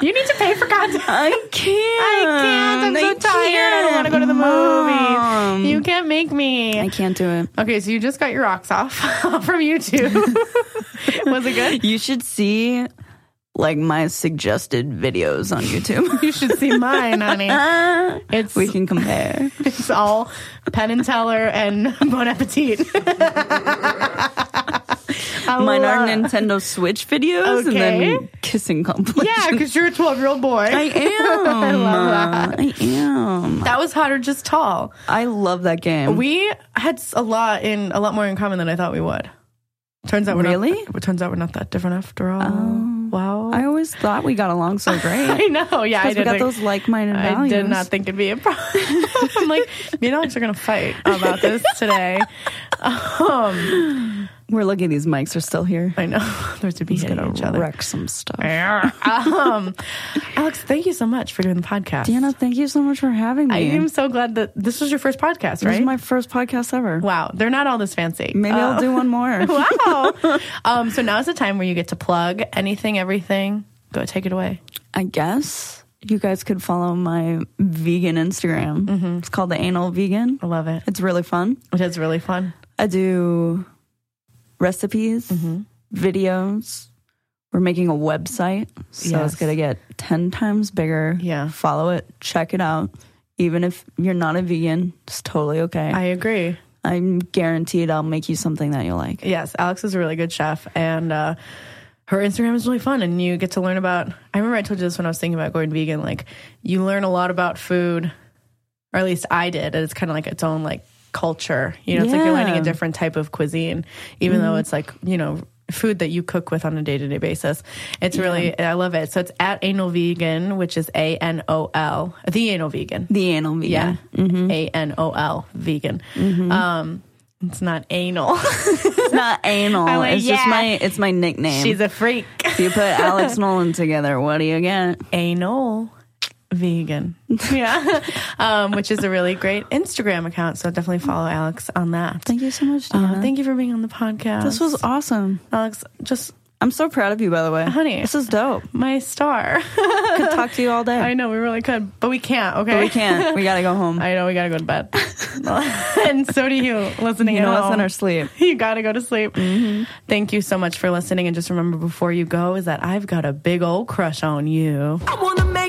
A: you need to pay for content.
B: I can't.
A: I can't. I'm so tired. I don't want to go to the
B: Mom.
A: movies. You can't make me.
B: I can't do it.
A: Okay, so you just got your rocks off from YouTube. Was it good?
B: You should see like my suggested videos on YouTube.
A: You should see mine, honey. It's
B: we can compare.
A: it's all Penn and Teller and Bon Appetit. I
B: Mine are
A: love-
B: Nintendo Switch videos and then
A: Okay.
B: kissing competition.
A: Yeah, because you're a 12 year old boy.
B: I am. I
A: love
B: I am.
A: that was hot or just tall.
B: I love that game.
A: We had s- a lot in a lot more in common than I thought we would. Turns out we're
B: Really? Oh.
A: Not, it turns out we're not that different after all. wow.
B: I always thought we got along so great.
A: I know. Yeah, I
B: Because we
A: did
B: got
A: think-
B: those like-minded
A: I
B: values.
A: did not think it'd be a problem. I'm like, me and Alex are gonna fight about this today. Um,
B: We're lucky these mics are still here.
A: I know there's to be hitting
B: Gonna
A: each other.
B: wreck some stuff.
A: um, Alex, thank you so much for doing the podcast.
B: Deanna, thank you so much for having me.
A: I am so glad that this was your first podcast,
B: This
A: right?
B: is my first podcast ever.
A: wow, they're not all this fancy.
B: Maybe
A: Uh,
B: I'll do one more.
A: wow. um, so now is the time where you get to plug anything, everything. Go take it away.
B: I guess you guys could follow my vegan Instagram.
A: Mm-hmm.
B: It's called the Anal Vegan.
A: I love it.
B: It's really fun.
A: It is really fun.
B: I do recipes,
A: Mm-hmm.
B: videos. We're making a website, so
A: Yes.
B: it's going to get 10 times bigger.
A: Yeah.
B: Follow it, check it out. Even if you're not a vegan, it's totally okay.
A: I agree.
B: I'm guaranteed I'll make you something that you'll like.
A: Yes, Alex is a really good chef, and uh, her Instagram is really fun. And you get to learn about. I remember I told you this when I was thinking about going vegan. Like you learn a lot about food, or at least I did. And it's kind of like its own like culture. You know, it's like you're learning
B: Yeah.
A: a different type of cuisine, even though it's like you know food that you cook with on a day to day basis. It's really I love it. So it's at Anal Vegan, which is A N O L, the Anal Vegan.
B: The Anal Vegan.
A: Yeah. A N O L vegan. Um, it's not anal.
B: It's not anal.
A: I'm like,
B: it's just
A: yeah.
B: my it's my nickname.
A: She's a freak.
B: if you put Alex Nolan together, what do you get?
A: Anal vegan. Yeah. um, which is a really great Instagram account. So definitely follow Alex on that.
B: Thank you so much, Deanna.
A: Uh, thank you for being on the podcast.
B: this was awesome.
A: Alex, just
B: I'm so proud of you, by the way.
A: Honey.
B: This is dope.
A: my star.
B: Could talk to you all day.
A: I know we really could, but we can't. Okay.
B: But we can't. We gotta go home.
A: I know we gotta go to bed. and so do you listening
B: you know
A: at
B: us
A: home.
B: in our sleep. Mm-hmm.
A: you gotta go to sleep. Thank you so much for listening. And just remember before you go is that I've got a big old crush on you.
D: I wanna make